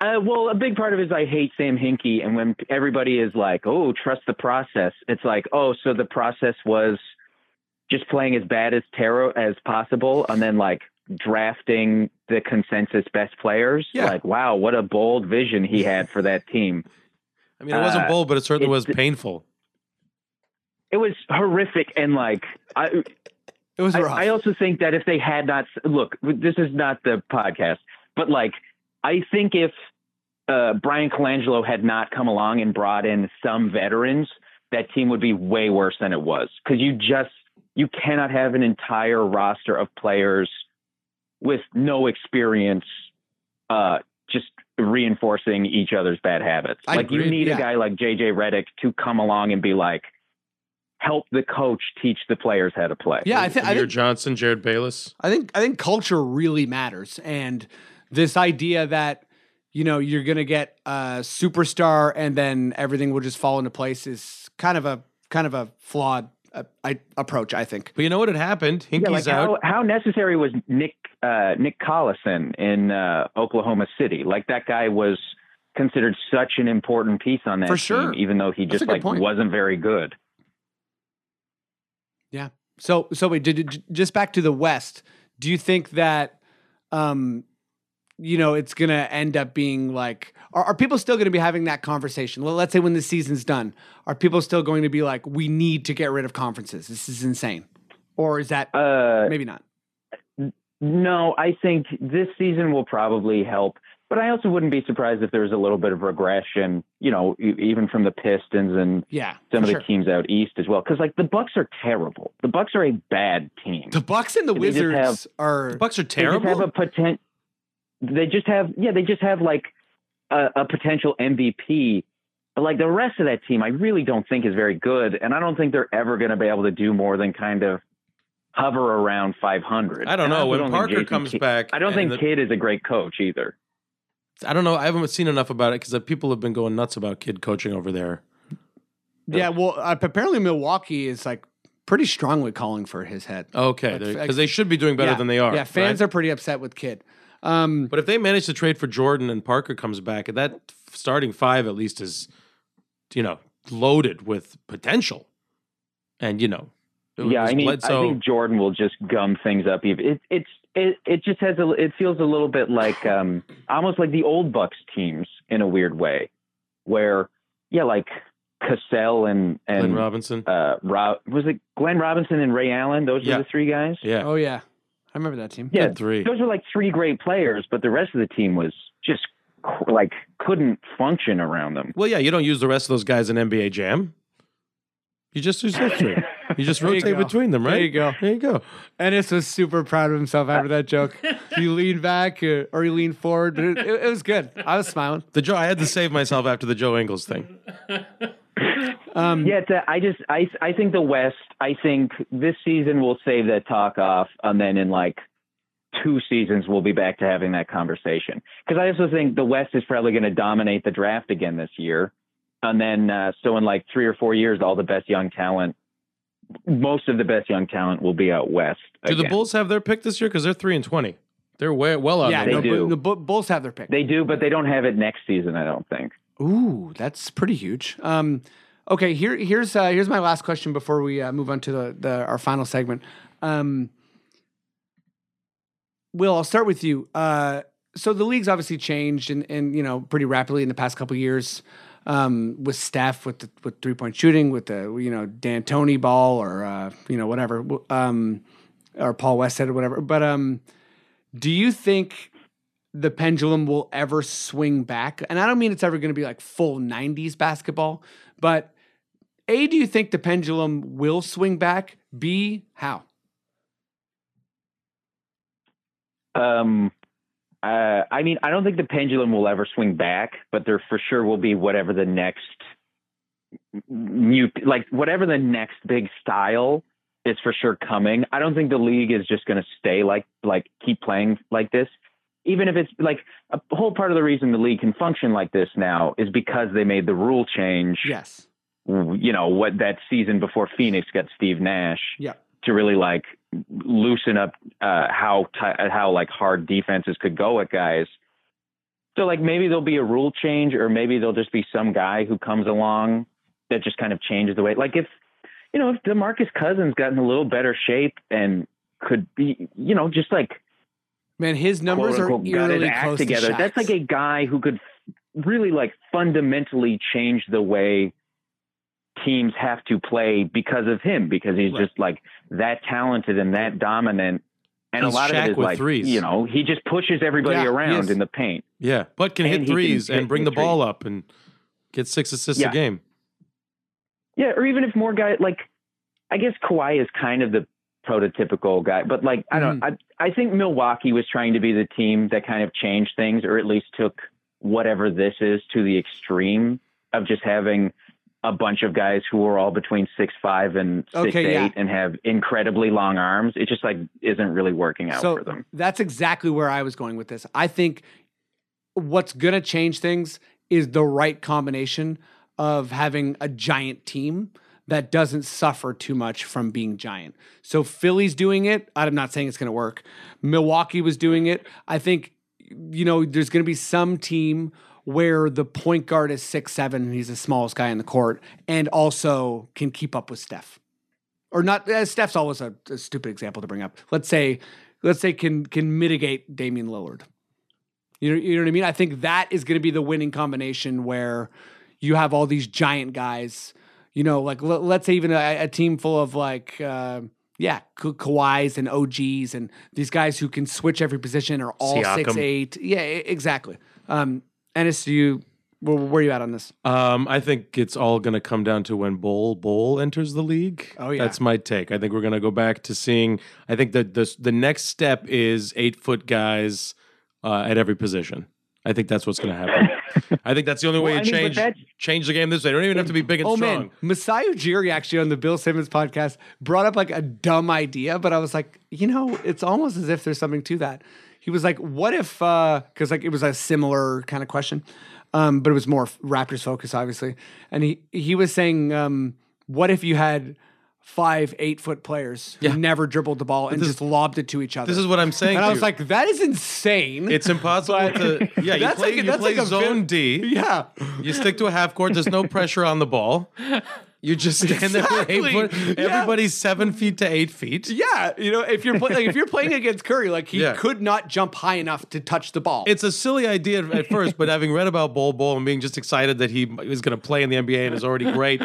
Speaker 6: uh, well a big part of it is i hate sam hinkey and when everybody is like oh trust the process it's like oh so the process was just playing as bad as tarot as possible and then like drafting the consensus best players
Speaker 5: Yeah.
Speaker 6: like wow what a bold vision he had for that team
Speaker 5: I mean, it wasn't
Speaker 6: Uh,
Speaker 5: bold, but it certainly
Speaker 6: it-
Speaker 5: was painful.
Speaker 6: it was horrific and like i
Speaker 1: It was
Speaker 6: I,
Speaker 1: rough.
Speaker 6: I also think that if they had not look, this is not the podcast, but like I think if uh, Brian Colangelo had not come along and brought in some veterans, that team would be way worse than it was because you just you cannot have an entire roster of players with no experience uh, just reinforcing each other's bad habits.
Speaker 5: I
Speaker 6: like you
Speaker 5: agree,
Speaker 6: need
Speaker 1: yeah.
Speaker 6: a guy like JJ Reddick to come along and be like, help the coach teach the players how to play.
Speaker 1: Yeah, I, think I
Speaker 5: Amir
Speaker 1: think
Speaker 5: Johnson, Jared Bayless.
Speaker 1: I think I think culture really matters, and this idea that you know you're gonna get a superstar and then everything will just fall into place is kind of a kind of a flawed uh, I, approach. I think.
Speaker 5: But you know what had happened? Hinky's
Speaker 6: Yeah, like
Speaker 5: out.
Speaker 6: how, how necessary was Nick uh, Nick Collison in uh, Oklahoma City? Like that guy was considered such an important piece on that
Speaker 1: For
Speaker 6: team,
Speaker 1: sure.
Speaker 6: even though he
Speaker 1: That's a
Speaker 6: just
Speaker 1: good
Speaker 6: like
Speaker 1: point.
Speaker 6: wasn't very good.
Speaker 1: So so wait, did, did- just back to the West. Do you think that um you know it's gonna end up being like are, are people still gonna be having that conversation? Well, let's say when the season's done, are people still going to be like, we need to get rid of conferences? This is insane, or is that
Speaker 6: Uh,
Speaker 1: maybe not?
Speaker 6: no, I think this season will probably help, but I also wouldn't be surprised if there was a little bit of regression. You know, e- even from the Pistons and
Speaker 1: Yeah,
Speaker 6: some
Speaker 1: for
Speaker 6: of the
Speaker 1: sure.
Speaker 6: teams out east as well, because like the Bucks are terrible. The Bucks are a bad team.
Speaker 1: The Bucks and the
Speaker 6: They just
Speaker 1: Wizards
Speaker 6: have-
Speaker 1: are.
Speaker 5: The Bucks are
Speaker 6: They just
Speaker 5: terrible.
Speaker 6: have a potent. They just have yeah. They just have like a, a potential MVP, but like the rest of that team, I really don't think is very good, and I don't think they're ever going to be able to do more than kind of hover around 500.
Speaker 5: I don't
Speaker 6: And
Speaker 5: know.
Speaker 6: also
Speaker 5: When
Speaker 6: think
Speaker 5: Parker
Speaker 6: Jason
Speaker 5: comes
Speaker 6: Kidd-
Speaker 5: back,
Speaker 6: I don't
Speaker 5: and
Speaker 6: think
Speaker 5: the-
Speaker 6: Kidd is a great coach either.
Speaker 5: I don't know. I haven't seen enough about it because people have been going nuts about kid coaching over there.
Speaker 1: yeah, well, uh, apparently Milwaukee is like pretty strongly calling for his head.
Speaker 5: Okay,
Speaker 1: Like, like-
Speaker 5: because they should be doing better
Speaker 1: Yeah,
Speaker 5: than they are.
Speaker 1: Yeah, fans are pretty upset with Kid. Um,
Speaker 5: But if they manage to trade for Jordan and Parker comes back, that f- starting five at least is, you know, loaded with potential. And you know, it
Speaker 6: Yeah,
Speaker 5: was
Speaker 6: I mean,
Speaker 5: Bledsoe-
Speaker 6: I think Jordan will just gum things up. Even it, it's it, it just has a it feels a little bit like um almost like the old Bucks teams in a weird way, where yeah, like Cassell and
Speaker 5: Glenn
Speaker 6: and
Speaker 5: Robinson.
Speaker 6: uh, Rob, was it Glenn Robinson and Ray Allen? Those
Speaker 5: Yeah.
Speaker 6: were the three guys.
Speaker 5: yeah,
Speaker 1: Oh yeah, I remember that team.
Speaker 6: Yeah,
Speaker 5: good three.
Speaker 6: those were like three great players, but the rest of the team was just qu- like couldn't function around them.
Speaker 5: Well, yeah, you don't use the rest of those guys in NBA Jam. You just use those three. You just
Speaker 1: There you
Speaker 5: rotate
Speaker 1: go.
Speaker 5: between them, right?
Speaker 1: There you go.
Speaker 5: There you go.
Speaker 1: Ennis was super proud of himself after that joke. he leaned back uh, or he leaned forward, but it, it, it was good. I was smiling.
Speaker 5: The Joe, I had to save myself after the Joe Ingles thing.
Speaker 1: Um,
Speaker 6: Yeah, it's a- I just I I think the West. I think this season we'll save that talk off, and then in like two seasons we'll be back to having that conversation. Because I also think the West is probably going to dominate the draft again this year, and then uh, so in like three or four years, all the best young talent, most of the best young talent, will be out west.
Speaker 5: Do the
Speaker 6: again.
Speaker 5: Bulls have their pick this year? Because they're three and twenty. They're way well out.
Speaker 1: yeah,
Speaker 5: there.
Speaker 1: no,
Speaker 6: they
Speaker 1: Bu-
Speaker 6: do.
Speaker 1: the Bu- Bulls have their pick.
Speaker 6: They do, but they don't have it next season. I don't think.
Speaker 1: Ooh, that's pretty huge. Um, okay, here here's uh, here's my last question before we uh, move on to the, the our final segment. Um, Will, I'll start with you. Uh, so the league's obviously changed, and and you know pretty rapidly in the past couple years. Um, with staff with the, with three point shooting with the you know D'Antoni ball or uh, you know whatever um, or Paul Westhead or whatever. But um, do you think the pendulum will ever swing back. And I don't mean it's ever going to be like full 90s basketball, but A, do you think the pendulum will swing back? B, how?
Speaker 6: Um, uh, I mean, I don't think the pendulum will ever swing back, but there for sure will be whatever the next new, like whatever the next big style is for sure coming. I don't think the league is just going to stay like like keep playing like this. Even if it's like a whole part of the reason the league can function like this now is because they made the rule change
Speaker 1: Yes.
Speaker 6: you know what that season before Phoenix got Steve Nash
Speaker 1: Yeah.
Speaker 6: to really like loosen up uh, how ti how like hard defenses could go at guys. So like maybe there'll be a rule change or maybe there'll just be some guy who comes along that just kind of changes the way like if you know if DeMarcus Cousins got in a little better shape and could be you know just like
Speaker 1: Man, his numbers
Speaker 6: quote unquote
Speaker 1: are
Speaker 6: got his
Speaker 1: eerily
Speaker 6: act
Speaker 1: close
Speaker 6: together.
Speaker 1: to
Speaker 6: That's like a guy who could really like fundamentally change the way teams have to play because of him, because he's
Speaker 5: Right.
Speaker 6: just like that talented and that dominant. And
Speaker 5: He's
Speaker 6: a lot
Speaker 5: Shaq
Speaker 6: of it is
Speaker 5: with
Speaker 6: like
Speaker 5: threes.
Speaker 6: you know he just pushes everybody
Speaker 1: Yeah,
Speaker 6: around
Speaker 1: yes.
Speaker 6: in the paint.
Speaker 5: Yeah, but can
Speaker 6: And
Speaker 5: hit
Speaker 6: he can
Speaker 5: threes
Speaker 6: hit
Speaker 5: and bring
Speaker 6: the
Speaker 5: the ball up and get six assists
Speaker 6: Yeah.
Speaker 5: a game.
Speaker 6: Yeah, or even if more guy like I guess Kawhi is kind of the prototypical guy, but like I don't.
Speaker 1: Mm-hmm.
Speaker 6: I I think Milwaukee was trying to be the team that kind of changed things, or at least took whatever this is to the extreme of just having a bunch of guys who are all between six five and six
Speaker 1: Okay,
Speaker 6: eight
Speaker 1: yeah.
Speaker 6: and have incredibly long arms. It just like isn't really working out
Speaker 1: so
Speaker 6: for them.
Speaker 1: that's exactly where I was going with this. I think what's going to change things is the right combination of having a giant team that doesn't suffer too much from being giant. So Philly's doing it. I'm not saying it's going to work. Milwaukee was doing it. I think you know there's going to be some team where the point guard is six seven and he's the smallest guy in the court and also can keep up with Steph or not uh, Steph's always a, a stupid example to bring up. Let's say let's say can can mitigate Damian Lillard. You know, you know what I mean? I think that is going to be the winning combination where you have all these giant guys, you know, like l- let's say even a, a team full of like uh, yeah, Ka- Kawhis and OGs and these guys who can switch every position are all
Speaker 5: Siakam.
Speaker 1: six eight. Yeah, e- exactly. Um Ennis, do you where, where are you at on this?
Speaker 5: Um, I think it's all going to come down to when Bowl Bowl enters the league.
Speaker 1: Oh, yeah.
Speaker 5: that's my take. I think we're going to go back to seeing. I think that the the next step is eight foot guys uh, at every position. I think that's what's going to happen. I think that's the only way
Speaker 6: Well,
Speaker 5: to
Speaker 6: I mean, but
Speaker 5: change
Speaker 6: that's-
Speaker 5: change the game this way. They don't even have to be big and
Speaker 1: Oh
Speaker 5: strong.
Speaker 1: man, Masai Ujiri actually on the Bill Simmons podcast brought up like a dumb idea, but I was like, you know, it's almost as if there's something to that. He was like, what if, because like it was a similar kind of question, um, but it was more Raptors focus, obviously. And he, he was saying, um, what if you had five, eight foot players who
Speaker 5: Yeah.
Speaker 1: never dribbled the ball and
Speaker 5: This-
Speaker 1: just lobbed it to each other?
Speaker 5: This is what I'm saying.
Speaker 1: and
Speaker 5: to
Speaker 1: I was
Speaker 5: you.
Speaker 1: like, that is insane.
Speaker 5: it's impossible to. Yeah, you
Speaker 1: That's
Speaker 5: play,
Speaker 1: like-
Speaker 5: you
Speaker 1: that's
Speaker 5: play
Speaker 1: like a
Speaker 5: zone
Speaker 1: bit-
Speaker 5: D.
Speaker 1: yeah.
Speaker 5: You stick to a half court. There's no pressure on the ball. You just stand there. With
Speaker 1: Exactly.
Speaker 5: eight foot.
Speaker 1: Yeah.
Speaker 5: Everybody's seven feet to eight feet.
Speaker 1: Yeah, you know, if you're play, like, if you're playing against Curry, like he
Speaker 5: Yeah.
Speaker 1: could not jump high enough to touch the ball.
Speaker 5: It's a silly idea at- at first, but having read about Bol Bol and being just excited that he was going to play in the NBA and is already great,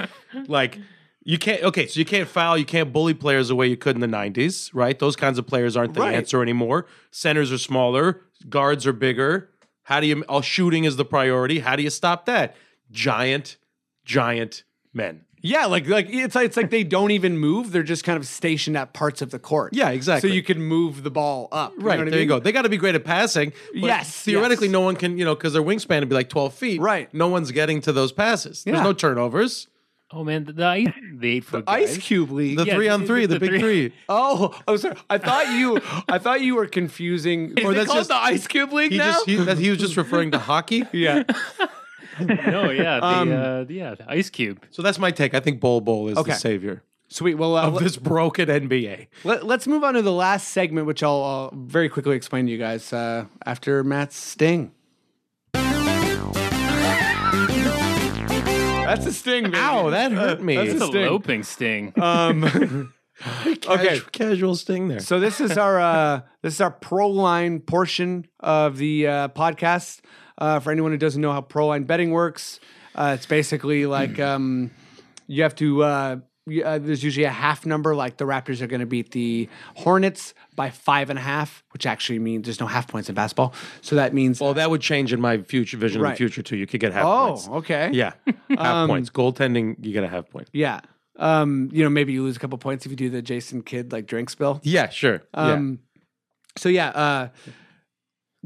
Speaker 5: like you can't. Okay, so you can't foul, you can't bully players the way you could in the '90s, right? Those kinds of players aren't the
Speaker 1: Right.
Speaker 5: answer anymore. Centers are smaller, guards are bigger. How do you? All shooting is the priority. How do you stop that? Giant, giant men.
Speaker 1: yeah, like like it's like, it's like they don't even move; they're just kind of stationed at parts of the court.
Speaker 5: Yeah, exactly.
Speaker 1: So you can move the ball up. you know
Speaker 5: Right
Speaker 1: what I
Speaker 5: there,
Speaker 1: mean?
Speaker 5: you go. They got to be great at passing. but
Speaker 1: Yes,
Speaker 5: theoretically,
Speaker 1: yes.
Speaker 5: no one can, you know, because their wingspan would be like twelve feet.
Speaker 1: Right.
Speaker 5: no one's getting to those passes.
Speaker 1: Yeah.
Speaker 5: There's no turnovers.
Speaker 4: Oh man, the, the ice, the eight foot guys.
Speaker 1: Ice Cube League.
Speaker 5: The
Speaker 4: Yeah,
Speaker 5: three
Speaker 4: the-
Speaker 5: on three, the,
Speaker 4: the
Speaker 5: big three.
Speaker 4: three-
Speaker 1: oh, I'm sorry. I thought you I thought you were confusing. Is
Speaker 5: Or
Speaker 1: it
Speaker 5: that's
Speaker 1: called
Speaker 5: just-
Speaker 1: the Ice Cube League
Speaker 5: He
Speaker 1: now?
Speaker 5: just he, that he was just referring to hockey.
Speaker 1: yeah.
Speaker 4: No, yeah, the,
Speaker 1: Um,
Speaker 4: uh, yeah, the Ice Cube.
Speaker 5: So that's my take. I think Bol Bol is
Speaker 1: Okay.
Speaker 5: the savior
Speaker 1: Sweet. Well, uh,
Speaker 5: of
Speaker 1: let-
Speaker 5: this broken NBA.
Speaker 1: Let, let's move on to the last segment, which I'll, I'll very quickly explain to you guys uh, after Matt's sting. That's a sting, baby.
Speaker 5: Ow, that hurt me.
Speaker 1: that's
Speaker 4: It's
Speaker 1: a
Speaker 4: a
Speaker 1: sting.
Speaker 4: loping sting.
Speaker 1: Um, okay,
Speaker 5: Casual, casual sting there.
Speaker 1: so this is our uh, this is our Proline portion of the uh, podcast. Uh, for anyone who doesn't know how Proline betting works, uh, it's basically like um, you have to. Uh, y- uh, there's usually a half number, like the Raptors are going to beat the Hornets by five and a half, which actually means there's no half points in basketball. So that means
Speaker 5: well, that would change in my future vision of
Speaker 1: Right.
Speaker 5: the future too. You could get half
Speaker 1: oh, Um,
Speaker 5: points.
Speaker 1: okay,
Speaker 5: Yeah, half points. Goaltending, you get a half point.
Speaker 1: yeah. Um, you know, maybe you lose a couple points if you do the Jason Kidd like drink spill.
Speaker 5: Yeah, sure. yeah.
Speaker 1: Um, So yeah, uh,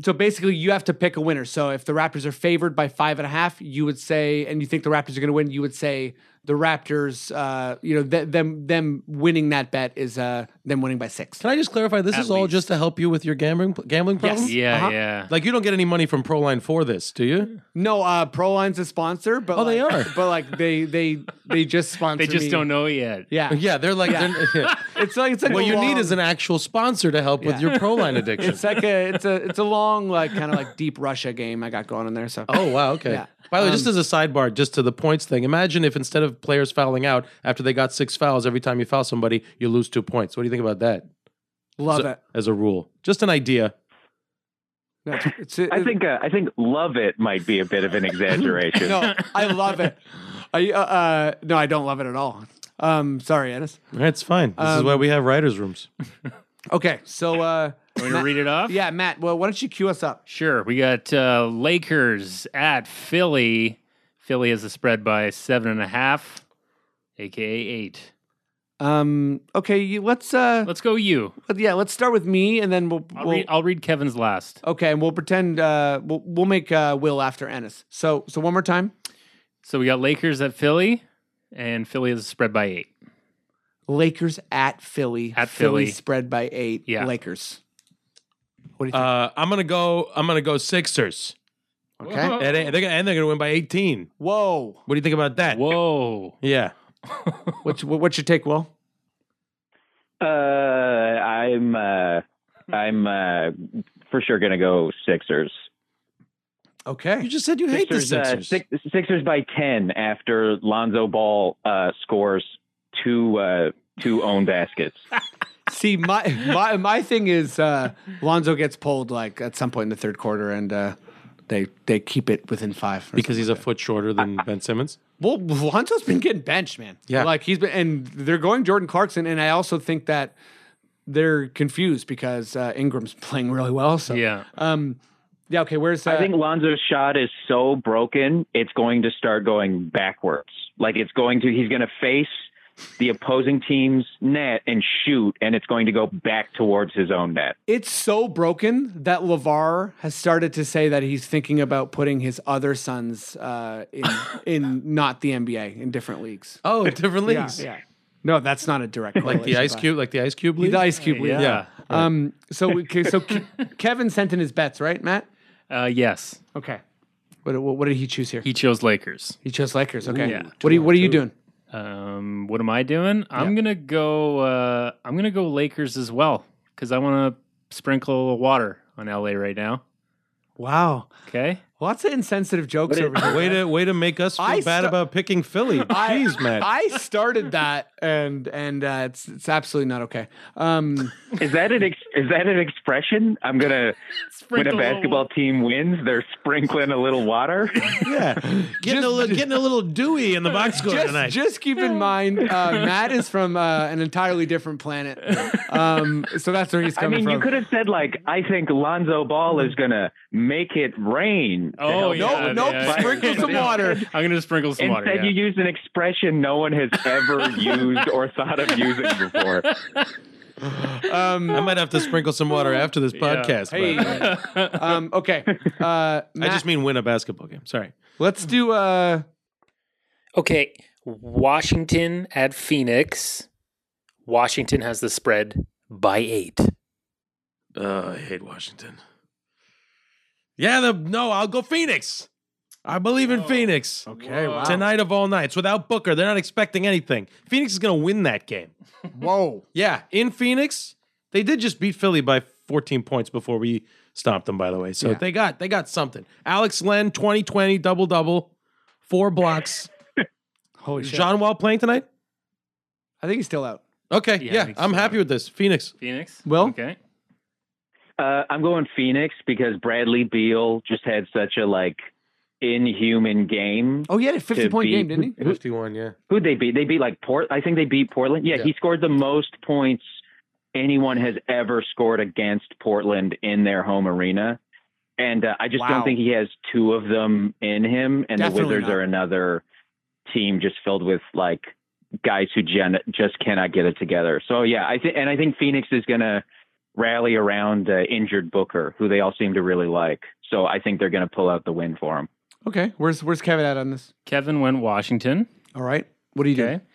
Speaker 1: so basically you have to pick a winner. So if the Raptors are favored by five and a half, you would say, and you think the Raptors are going to win, you would say the Raptors, uh, you know, th- them them winning that bet is uh, them winning by six.
Speaker 5: Can I just clarify? This
Speaker 4: At
Speaker 5: is all
Speaker 4: least.
Speaker 5: just to help you with your gambling gambling problem.
Speaker 4: yeah,
Speaker 1: Uh-huh.
Speaker 4: yeah.
Speaker 5: Like you don't get any money from Proline for this, do you?
Speaker 1: No, uh, Proline's a sponsor, but
Speaker 5: Oh, they
Speaker 1: like-
Speaker 5: are.
Speaker 1: but like they they they just sponsor.
Speaker 4: They just
Speaker 1: me.
Speaker 4: don't know yet.
Speaker 1: Yeah,
Speaker 5: Yeah, they're like. They're,
Speaker 1: it's like it's like
Speaker 5: what
Speaker 1: a
Speaker 5: you need
Speaker 1: long-
Speaker 5: is an actual sponsor to help with
Speaker 1: Yeah.
Speaker 5: your Proline addiction.
Speaker 1: It's like a it's a it's a long like kind of like deep Russia game I got going on there. So
Speaker 5: Oh wow, okay.
Speaker 1: Yeah. Um,
Speaker 5: By the way, just as a sidebar, just to the points thing, imagine if instead of players fouling out after they got six fouls, every time you foul somebody, you lose two points. What do you think about that?
Speaker 1: love
Speaker 5: So-
Speaker 1: it.
Speaker 5: As a rule, just an idea.
Speaker 1: No, it's, it's,
Speaker 6: I think uh, I think love it might be a bit of an exaggeration.
Speaker 1: no, I love it. I uh, uh, no, I don't love it at all. Um, sorry, Ennis.
Speaker 5: That's fine. This is
Speaker 1: Um,
Speaker 5: why we have writers' rooms.
Speaker 1: Okay, so uh,
Speaker 4: Want me to read it off?
Speaker 1: yeah, Matt. Well, why don't you cue us up?
Speaker 4: Sure. We got uh, Lakers at Philly. Philly has a spread by seven and a half, aka eight.
Speaker 1: Um, okay, you, let's uh,
Speaker 4: Let's go you.
Speaker 1: let- yeah, let's start with me, and then we'll,
Speaker 4: I'll,
Speaker 1: we'll
Speaker 4: read, I'll read Kevin's last.
Speaker 1: okay, and we'll pretend uh, we'll, we'll make uh, Will after Ennis. So so one more time,
Speaker 4: So we got Lakers at Philly, and Philly is spread by eight.
Speaker 1: Lakers at Philly,
Speaker 4: At Philly.
Speaker 1: spread by eight,
Speaker 4: Yeah.
Speaker 1: Lakers. What do you think?
Speaker 5: Uh, I'm gonna go. I'm gonna go Sixers.
Speaker 1: okay,
Speaker 4: Whoa.
Speaker 5: And they- they're gonna, and they're gonna win by 18.
Speaker 1: whoa,
Speaker 5: What do you think about that?
Speaker 4: Whoa.
Speaker 5: Yeah.
Speaker 1: what's what's your take, Will?
Speaker 6: Uh, I'm uh, I'm uh, for sure gonna go Sixers.
Speaker 5: You
Speaker 1: Okay,
Speaker 5: just said you hate the Sixers.
Speaker 6: Uh, six, Sixers by ten after Lonzo Ball uh, scores two uh, two own baskets.
Speaker 1: see my my my thing is uh, Lonzo gets pulled like at some point in the third quarter, and uh, they they keep it within five or
Speaker 5: because he's a foot shorter than Ben Simmons.
Speaker 1: Well, Lonzo's been getting benched, man.
Speaker 5: Yeah.
Speaker 1: like he's been, and they're going Jordan Clarkson, and I also think that they're confused because uh, Ingram's playing really well. So
Speaker 4: Yeah.
Speaker 1: um, yeah. Okay, where's uh,
Speaker 6: I think Lonzo's shot is so broken, it's going to start going backwards. Like it's going to, he's going to face the opposing team's net and shoot, and it's going to go back towards his own net.
Speaker 1: it's so broken that Levar has started to say that he's thinking about putting his other sons uh, in in not the NBA in different leagues.
Speaker 5: Oh, different
Speaker 1: Yeah,
Speaker 5: leagues.
Speaker 1: yeah. No, that's not a direct
Speaker 5: Like the
Speaker 1: correlation,
Speaker 5: Ice
Speaker 1: but-
Speaker 5: Cube, like the Ice Cube league.
Speaker 1: The Ice Cube, league.
Speaker 4: Yeah.
Speaker 5: Yeah.
Speaker 1: Um. So we, okay, so Ke- Kevin sent in his bets, right, Matt?
Speaker 4: Uh, yes.
Speaker 1: Okay. What, what, what did he choose here?
Speaker 4: He chose Lakers.
Speaker 1: You chose Lakers, okay?
Speaker 4: Yeah.
Speaker 1: What are you What are you doing?
Speaker 4: Um, what am I doing? I'm gonna go. Uh, I'm gonna go Lakers as well because I want to sprinkle water on LA right now.
Speaker 1: Wow,
Speaker 4: Okay.
Speaker 1: lots of insensitive jokes over here.
Speaker 5: Way to way to make us feel
Speaker 1: I
Speaker 5: bad
Speaker 1: sta-
Speaker 5: about picking Philly. Jeez, man.
Speaker 1: I started that, and and uh, it's it's absolutely not okay. Um,
Speaker 6: Is that an ex, is that an expression? I'm gonna when a
Speaker 4: Sprinkle little
Speaker 6: basketball team wins, they're sprinkling a little water.
Speaker 5: yeah, getting a little getting a little dewy in the box score
Speaker 1: just
Speaker 5: tonight.
Speaker 1: just keep in mind, uh, Matt is from uh, an entirely different planet, um, so that's where he's
Speaker 6: I
Speaker 1: coming
Speaker 6: mean,
Speaker 1: from.
Speaker 6: you could have said like, I think Lonzo Ball is gonna make it rain. to
Speaker 4: Oh,
Speaker 6: help
Speaker 4: yeah.
Speaker 1: no, nope.
Speaker 4: yeah,
Speaker 1: sprinkle
Speaker 4: yeah.
Speaker 1: some water.
Speaker 4: I'm gonna sprinkle some water.
Speaker 6: Instead,
Speaker 4: yeah.
Speaker 6: you used an expression no one has ever used or thought of using before.
Speaker 5: I
Speaker 1: Um,
Speaker 5: might have to sprinkle some water after this podcast.
Speaker 1: Hey.
Speaker 5: but
Speaker 1: Um, okay, uh,
Speaker 5: I
Speaker 1: Matt,
Speaker 5: just mean win a basketball game. Sorry.
Speaker 1: let's do. Uh,
Speaker 7: Okay, Washington at Phoenix. Washington has the spread by eight.
Speaker 5: Uh, I hate Washington. Yeah, the no, I'll go Phoenix. I believe in Phoenix.
Speaker 1: okay, wow.
Speaker 5: Tonight of all nights, without Booker, they're not expecting anything. Phoenix is going to win that game.
Speaker 1: Whoa,
Speaker 5: Yeah, in Phoenix, they did just beat Philly by 14 points before we stomped them. By the way, so
Speaker 1: Yeah.
Speaker 5: they got they got something. Alex Len 2020 double double, four blocks.
Speaker 1: holy shit!
Speaker 5: John Wall playing tonight?
Speaker 1: I think he's still out.
Speaker 5: Okay,
Speaker 4: Yeah, I
Speaker 5: yeah,
Speaker 4: think
Speaker 5: I'm
Speaker 4: so.
Speaker 5: happy with this. Phoenix.
Speaker 4: Phoenix.
Speaker 1: Will?
Speaker 4: Okay.
Speaker 6: Uh, I'm going Phoenix because Bradley Beal just had such a like inhuman game.
Speaker 1: Oh, he had a fifty-point
Speaker 6: be-
Speaker 1: game, didn't he?
Speaker 5: 51, yeah.
Speaker 6: Who'd they beat? They beat like Port. I think they beat Portland. Yeah,
Speaker 5: Yeah.
Speaker 6: he scored the most points anyone has ever scored against Portland in their home arena. And uh, I just
Speaker 1: Wow.
Speaker 6: don't think he has two of them in him. And
Speaker 1: Definitely
Speaker 6: the Wizards
Speaker 1: not.
Speaker 6: are another team just filled with like guys who gen- just cannot get it together. So yeah, I think and I think Phoenix is gonna rally around uh, injured Booker, who they all seem to really like. So I think they're gonna pull out the win for him.
Speaker 1: Okay, where's where's Kevin at on this?
Speaker 4: Kevin went Washington.
Speaker 1: All right, what are you doing?
Speaker 4: Okay.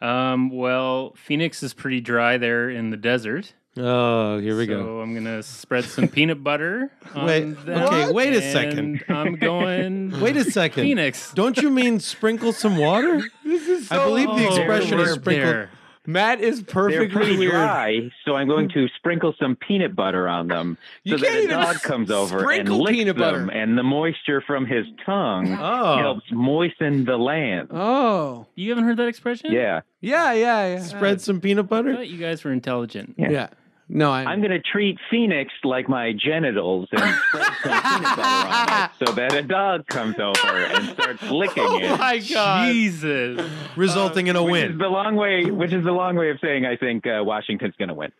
Speaker 4: Um, well, Phoenix is pretty dry there in the desert.
Speaker 5: Oh, here we
Speaker 4: so
Speaker 5: go.
Speaker 4: I'm gonna spread some peanut butter. On
Speaker 5: Wait,
Speaker 4: them,
Speaker 5: okay, wait a
Speaker 4: and
Speaker 5: second.
Speaker 4: I'm going.
Speaker 5: Wait a second.
Speaker 4: Phoenix.
Speaker 5: Don't you mean sprinkle some water?
Speaker 1: This is
Speaker 5: I believe the
Speaker 4: Oh,
Speaker 5: expression is
Speaker 4: we're
Speaker 5: sprinkle.
Speaker 4: there.
Speaker 1: Matt is
Speaker 6: They're
Speaker 1: perfectly
Speaker 6: pretty
Speaker 1: weird.
Speaker 6: dry, so I'm going to sprinkle some peanut butter on them
Speaker 1: You
Speaker 6: so that
Speaker 1: can't
Speaker 6: a
Speaker 1: even
Speaker 6: dog comes over and
Speaker 1: sprinkle
Speaker 6: licks
Speaker 1: peanut
Speaker 6: them,
Speaker 1: butter.
Speaker 6: and the moisture from his tongue
Speaker 5: Oh,
Speaker 6: helps moisten the land.
Speaker 1: Oh,
Speaker 4: You haven't heard that expression?
Speaker 6: Yeah,
Speaker 1: yeah, yeah, yeah.
Speaker 5: spread some peanut
Speaker 4: I
Speaker 5: butter.
Speaker 4: thought you guys were intelligent.
Speaker 1: Yeah. No, I,
Speaker 6: I'm going to treat Phoenix like my genitals and spread some peanut butter on it so that a dog comes over and starts licking it.
Speaker 1: Oh my
Speaker 4: Uh, Jesus.
Speaker 5: Resulting in
Speaker 4: uh,
Speaker 5: a
Speaker 6: Which is
Speaker 5: win.
Speaker 6: the long way, which is the long way of saying I think uh, Washington's going to win.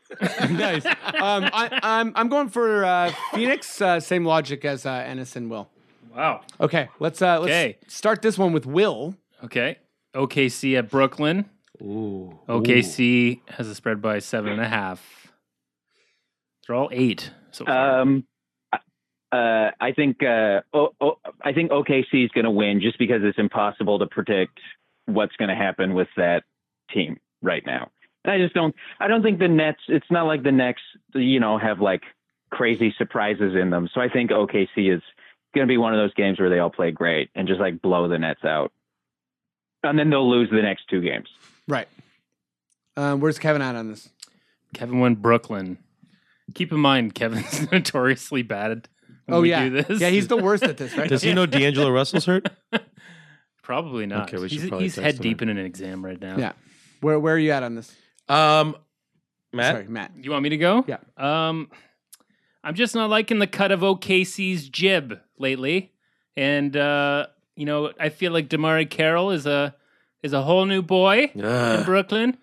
Speaker 1: nice. Um, I, I'm I'm going for uh, Phoenix. Uh, same logic as uh, Ennis and Will.
Speaker 4: Wow.
Speaker 1: Okay, let's uh, let's
Speaker 4: Okay.
Speaker 1: start this one with Will.
Speaker 4: Okay. OKC at Brooklyn.
Speaker 5: Ooh.
Speaker 4: OKC has a spread by seven and a half. They're all eight. So far.
Speaker 6: Um, uh, I think uh, o- o- I think OKC is going to win just because it's impossible to predict what's going to happen with that team right now. And I just don't. I don't think the Nets. It's not like the Nets, you know, have like crazy surprises in them. So I think OKC is going to be one of those games where they all play great and just like blow the Nets out, and then they'll lose the next two games.
Speaker 1: Right. Um, where's Kevin at on this?
Speaker 4: Kevin won Brooklyn. Keep in mind, Kevin's notoriously bad. When
Speaker 1: oh
Speaker 4: we
Speaker 1: yeah,
Speaker 4: do this.
Speaker 1: yeah. He's the worst at this, right?
Speaker 5: Does he know D'Angelo Russell's hurt?
Speaker 4: probably not.
Speaker 5: Okay, we should
Speaker 4: he's
Speaker 5: probably
Speaker 4: he's
Speaker 5: text
Speaker 4: head
Speaker 5: him.
Speaker 4: deep in an exam right now.
Speaker 1: Yeah. where Where are you at on this?
Speaker 5: Um, Matt.
Speaker 1: Sorry, Matt.
Speaker 4: You want me to go?
Speaker 1: Yeah.
Speaker 4: Um, I'm just not liking the cut of OKC's jib lately, and uh, you know I feel like Damari Carroll is a is a whole new boy
Speaker 6: Uh.
Speaker 4: in
Speaker 5: Ugh.
Speaker 4: Brooklyn.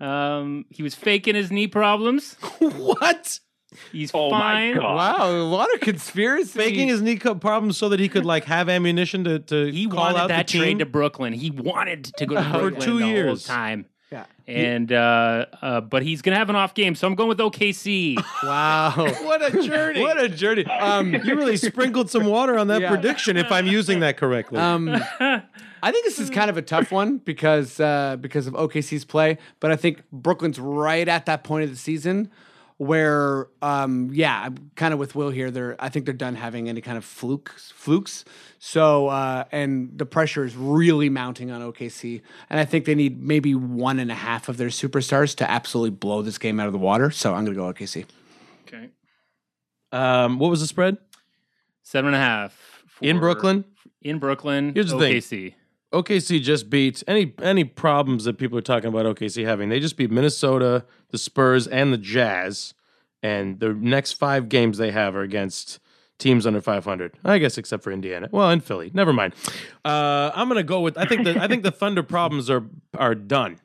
Speaker 4: Um, he was faking his knee problems.
Speaker 5: what?
Speaker 4: He's
Speaker 6: Oh
Speaker 4: fine.
Speaker 6: my god!
Speaker 1: Wow, a lot of conspiracy.
Speaker 5: Faking his knee cup problem so that he could like have ammunition to to
Speaker 4: He
Speaker 5: call
Speaker 4: wanted
Speaker 5: out
Speaker 4: that
Speaker 5: the team. Uh-huh.
Speaker 4: trade to Brooklyn. He wanted to go to
Speaker 1: For
Speaker 4: Brooklyn
Speaker 5: two
Speaker 4: the whole
Speaker 5: years.
Speaker 4: time.
Speaker 1: Yeah.
Speaker 4: And uh, uh, but he's gonna have an off game, so I'm going with OKC.
Speaker 1: Wow.
Speaker 5: What a journey!
Speaker 1: what a journey. Um,
Speaker 5: you really sprinkled some water on that
Speaker 1: Yeah.
Speaker 5: prediction, if I'm using that correctly.
Speaker 1: um, I think this is kind of a tough one because uh, because of OKC's play, but I think Brooklyn's right at that point of the season where, um, yeah, I'm kind of with Will here. They're I think they're done having any kind of flukes, flukes. So uh, and the pressure is really mounting on OKC, and I think they need maybe one and a half of their superstars to absolutely blow this game out of the water. So I'm gonna go OKC.
Speaker 4: okay,
Speaker 5: Um, what was the spread
Speaker 4: seven and a half
Speaker 5: in
Speaker 4: for-
Speaker 5: Brooklyn?
Speaker 4: In Brooklyn,
Speaker 5: Here's the thing.
Speaker 4: OKC.
Speaker 5: OKC just beats any any problems that people are talking about OKC having. They just beat Minnesota, the Spurs, and the Jazz, and the next five games they have are against teams under 500. I guess except for Indiana. Well, and Philly. Never mind. Uh, I'm gonna go with. I think the I think the Thunder problems are are done,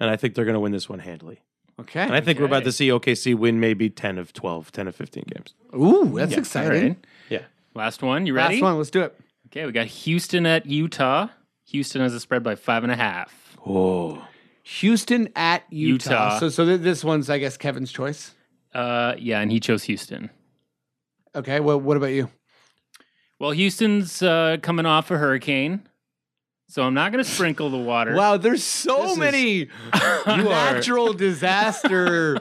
Speaker 5: and I think they're gonna win this one handily. And
Speaker 1: Okay.
Speaker 5: I think we're about
Speaker 4: Okay.
Speaker 5: to see OKC win maybe 10 of 12, 10 of 15 games.
Speaker 1: Ooh, that's
Speaker 4: All
Speaker 1: exciting.
Speaker 4: right.
Speaker 5: Yeah.
Speaker 4: Last one. You ready?
Speaker 1: Last one. Let's do it.
Speaker 4: Okay, we got Houston at Utah. Houston has a spread by five and a half.
Speaker 5: Oh.
Speaker 1: Houston at Utah.
Speaker 4: Utah.
Speaker 1: So, so th- this one's, I guess, Kevin's choice.
Speaker 4: Uh, yeah, and he chose Houston.
Speaker 1: Okay. Well, what about you?
Speaker 4: Well, Houston's uh, coming off a hurricane, so I'm not going to sprinkle the water.
Speaker 1: Wow, there's so
Speaker 5: This is-
Speaker 1: many natural disaster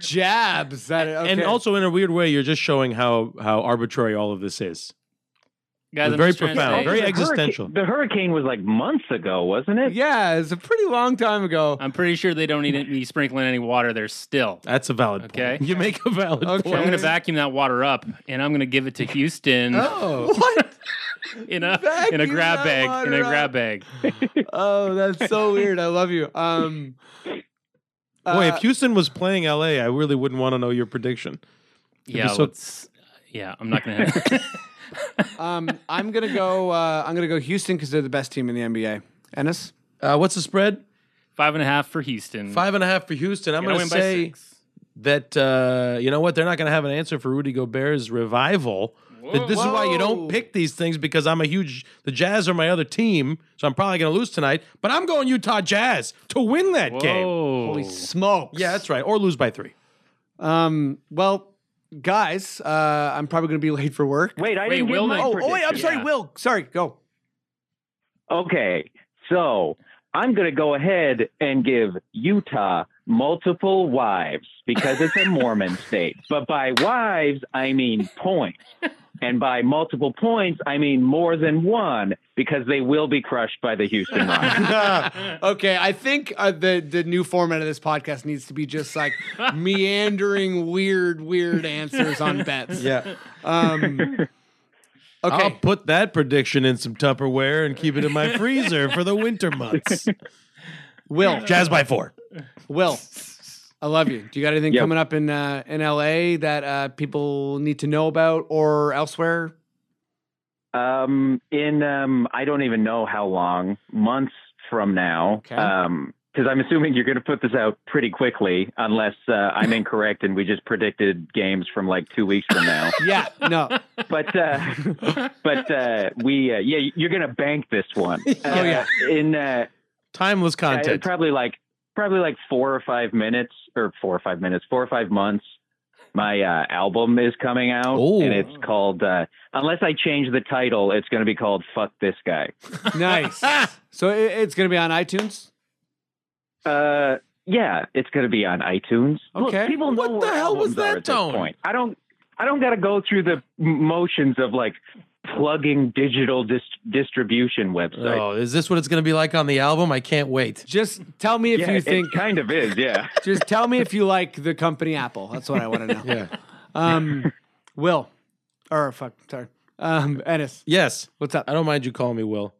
Speaker 1: jabs that. Okay.
Speaker 5: And also, in a weird way, you're just showing how how arbitrary all of this is.
Speaker 4: Guys, I'm
Speaker 5: very
Speaker 4: just trying to
Speaker 5: profound,
Speaker 4: say-
Speaker 5: very
Speaker 6: The hurricane-
Speaker 5: existential.
Speaker 6: The hurricane was like months ago, wasn't it?
Speaker 1: yeah, it's a pretty long time
Speaker 5: Um,
Speaker 1: ago.
Speaker 4: I'm pretty sure they don't need me sprinkling any water there still.
Speaker 5: That's a valid point.
Speaker 4: Okay.
Speaker 5: You make a valid
Speaker 1: Okay.
Speaker 4: So I'm
Speaker 5: point.
Speaker 4: going to vacuum that water up, and I'm going to give it to Houston
Speaker 1: Oh, what?
Speaker 4: in a in a
Speaker 1: Vacuum
Speaker 4: grab
Speaker 1: that
Speaker 4: bag. In
Speaker 1: water
Speaker 4: a
Speaker 1: up.
Speaker 4: grab bag.
Speaker 1: Oh, that's so weird. I love you. Um,
Speaker 5: Boy,
Speaker 1: uh,
Speaker 5: if Houston was playing LA, I really wouldn't want to know your prediction.
Speaker 4: Yeah,
Speaker 5: so-
Speaker 4: let's- yeah, I'm not going to.
Speaker 1: um, I'm gonna go. Uh, I'm gonna go Houston because they're the best team in the NBA. Ennis.
Speaker 5: Uh, what's the spread?
Speaker 4: Five and a half for Houston.
Speaker 5: Five and a half for Houston. I'm
Speaker 4: Gonna
Speaker 5: going to
Speaker 4: win by
Speaker 5: say
Speaker 4: six.
Speaker 5: that, uh, you know what? They're not going to have an answer for Rudy Gobert's revival. That This is why you
Speaker 1: Whoa.
Speaker 5: don't pick these things because I'm a huge, the Jazz are my other team, so I'm probably going to lose tonight, but I'm going Utah Jazz to win that game.
Speaker 4: Whoa.
Speaker 1: Holy smokes!
Speaker 5: Yeah, that's right. Or lose by three.
Speaker 1: Um, well, guys, uh, I'm probably going to be late for work.
Speaker 6: Wait, I
Speaker 4: Wait,
Speaker 6: didn't
Speaker 4: Will
Speaker 6: give my
Speaker 4: didn't-
Speaker 1: Oh, oh, wait, I'm
Speaker 6: prediction.
Speaker 1: sorry,
Speaker 4: Yeah.
Speaker 1: Will. Sorry, go.
Speaker 6: Okay, so I'm going to go ahead and give Utah multiple wives because it's a Mormon state. But by wives, I mean points. And by multiple points, I mean more than one because they will be crushed by the Houston Rockets.
Speaker 1: okay, I think uh, the the new format of this podcast needs to be just like meandering, weird, weird answers on bets.
Speaker 5: Yeah.
Speaker 1: Um,
Speaker 5: I'll
Speaker 1: okay,
Speaker 5: put that prediction in some Tupperware and keep it in my freezer for the winter months.
Speaker 1: Will,
Speaker 5: Jazz by four.
Speaker 1: Will, I love you. Do you got anything
Speaker 6: Yep.
Speaker 1: coming up in uh, in LA that uh, people need to know about or elsewhere?
Speaker 6: Um, in um, I don't even know how long, months from now.
Speaker 1: Okay.
Speaker 6: Um, because I'm assuming you're going to put this out pretty quickly, unless uh, I'm incorrect and we just predicted games from like two weeks from now.
Speaker 1: Yeah, no.
Speaker 6: but uh, but uh, we uh, yeah, you're going to bank this one. Oh
Speaker 1: yeah.
Speaker 6: In uh,
Speaker 5: Timeless
Speaker 6: Yeah,
Speaker 5: content.
Speaker 6: probably like probably like four or five minutes, or four or five minutes, four or five months. My uh, album is coming out,
Speaker 5: Ooh.
Speaker 6: and it's called. Uh, unless I change the title, it's going to be called "Fuck This Guy."
Speaker 1: nice. So it, it's going to be on iTunes.
Speaker 6: Uh, yeah, it's going to be on iTunes. Look,
Speaker 1: Okay.
Speaker 6: people know
Speaker 5: What the
Speaker 6: where
Speaker 5: hell was
Speaker 6: albums are
Speaker 5: that
Speaker 6: at this
Speaker 5: tone?
Speaker 6: point. I don't. I don't got to go through the m- motions of like plugging digital dis- distribution websites.
Speaker 5: Oh, is this what it's going to be like on the album? I can't wait.
Speaker 1: Just tell me if
Speaker 6: yeah,
Speaker 1: you
Speaker 6: it
Speaker 1: think.
Speaker 6: kind of is, yeah.
Speaker 1: Just tell me if you like the company Apple. That's what I want to know.
Speaker 5: Yeah.
Speaker 1: Um, Will, or fuck, sorry. Um, Ennis,
Speaker 5: Yes.
Speaker 1: what's up?
Speaker 5: I don't mind you calling me Will.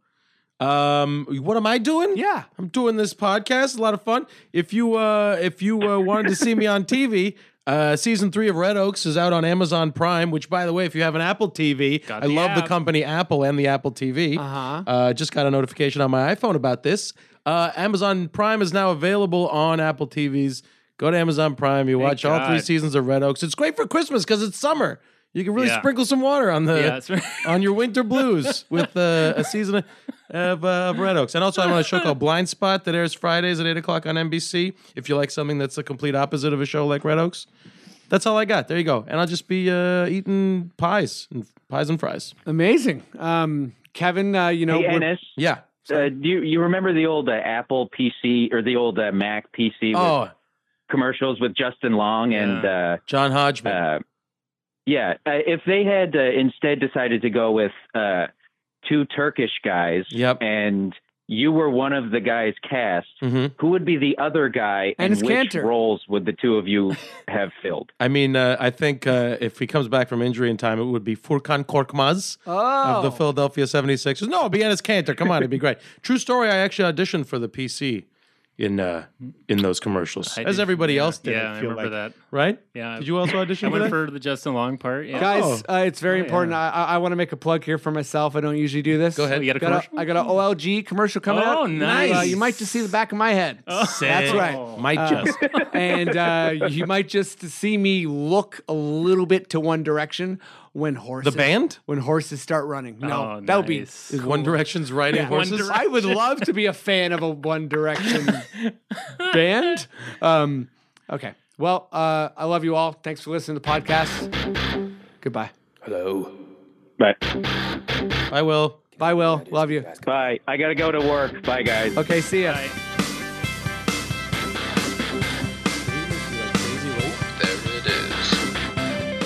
Speaker 5: Um, what am I doing?
Speaker 1: Yeah.
Speaker 5: I'm doing this podcast. It's a lot of fun. If you uh, if you uh, wanted to see me on TV, uh, season three of Red Oaks is out on Amazon Prime. Which, by the way, if you have an Apple TV,
Speaker 4: Got
Speaker 5: I
Speaker 4: the
Speaker 5: love the
Speaker 4: app.
Speaker 5: company Apple and the Apple TV.
Speaker 1: Uh-huh.
Speaker 5: Uh, just got a notification on my iPhone about this. Uh, Amazon Prime is now available on Apple TVs. Go to Amazon Prime. You watch all three
Speaker 4: God.
Speaker 5: seasons of Red Oaks. It's great for Christmas because it's summer. You can really
Speaker 4: Yeah.
Speaker 5: sprinkle some water on the
Speaker 4: Yeah, that's right.
Speaker 5: on your winter blues with uh, a season of, uh, of Red Oaks. And also, I'm on a show called Blind Spot that airs Fridays at 8 o'clock on NBC. If you like something that's the complete opposite of a show like Red Oaks, that's all I got. There you go. And I'll just be uh, eating pies and pies and fries.
Speaker 1: Amazing. Um, Kevin, uh, you know,
Speaker 6: Hey,
Speaker 1: we're-
Speaker 6: Ennis,
Speaker 5: Yeah.
Speaker 6: uh, do you, you remember the old uh, Apple PC or the old uh, Mac PC with
Speaker 5: Oh,
Speaker 6: commercials with Justin Long and uh,
Speaker 5: John Hodgman.
Speaker 6: Uh, yeah, uh, if they had uh, instead decided to go with uh, two Turkish guys,
Speaker 5: Yep.
Speaker 6: and you were one of the guys cast,
Speaker 5: hmm
Speaker 6: who would be the other guy, and,
Speaker 1: Enes
Speaker 6: which
Speaker 1: Kanter.
Speaker 6: roles would the two of you have filled?
Speaker 5: I mean, uh, I think uh, if he comes back from injury in time, it would be Furkan Korkmaz.
Speaker 1: oh,
Speaker 5: of the Philadelphia 76ers. No, it'd be Ennis Cantor. Come on, it'd be great. True story, I actually auditioned for the PC in uh, in those commercials.
Speaker 4: I
Speaker 5: As
Speaker 4: did-
Speaker 5: everybody
Speaker 4: yeah,
Speaker 5: else did.
Speaker 4: Yeah, I
Speaker 5: feel
Speaker 4: remember that.
Speaker 5: like. Right?
Speaker 4: Yeah, I-
Speaker 5: Did you also audition
Speaker 4: I
Speaker 5: for that?
Speaker 4: went for the Justin Long part. Yeah.
Speaker 1: Guys, uh, it's very
Speaker 4: Oh,
Speaker 1: important.
Speaker 4: yeah.
Speaker 1: I, I want to make a plug here for myself. I don't usually do this.
Speaker 5: Go ahead.
Speaker 4: Oh, you got a
Speaker 1: Got a,
Speaker 4: commercial?
Speaker 1: I got an OLG commercial coming
Speaker 4: Oh,
Speaker 1: out.
Speaker 4: nice.
Speaker 1: Uh, you might just see the back of my head.
Speaker 4: Oh.
Speaker 1: That's right.
Speaker 5: Might
Speaker 1: Uh,
Speaker 5: just.
Speaker 1: and uh, you might just see me look a little bit to One Direction when horses
Speaker 5: The band?
Speaker 1: when horses start running. No,
Speaker 4: Oh,
Speaker 1: that would be.
Speaker 4: nice.
Speaker 5: Is One Direction's riding
Speaker 1: Yeah.
Speaker 5: horses?
Speaker 4: One
Speaker 1: I would love to be a fan of a One Direction band. Um, okay. Well, uh, I love you all. Thanks for listening to the podcast. Goodbye.
Speaker 2: Hello.
Speaker 6: But
Speaker 5: I will.
Speaker 1: Bye, Will. Love you.
Speaker 6: bye, I gotta go to work. Bye, guys.
Speaker 1: Okay, see ya.
Speaker 4: Bye.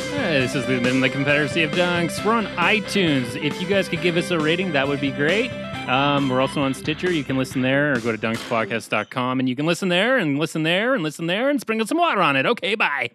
Speaker 3: There it is.
Speaker 4: Hey, this has been the Confederacy of Dunks. We're on iTunes. If you guys could give us a rating, that would be great. Um, we're also on Stitcher. You can listen there or go to dunkspodcast.com and you can listen there and listen there and listen there and sprinkle some water on it. Okay, bye.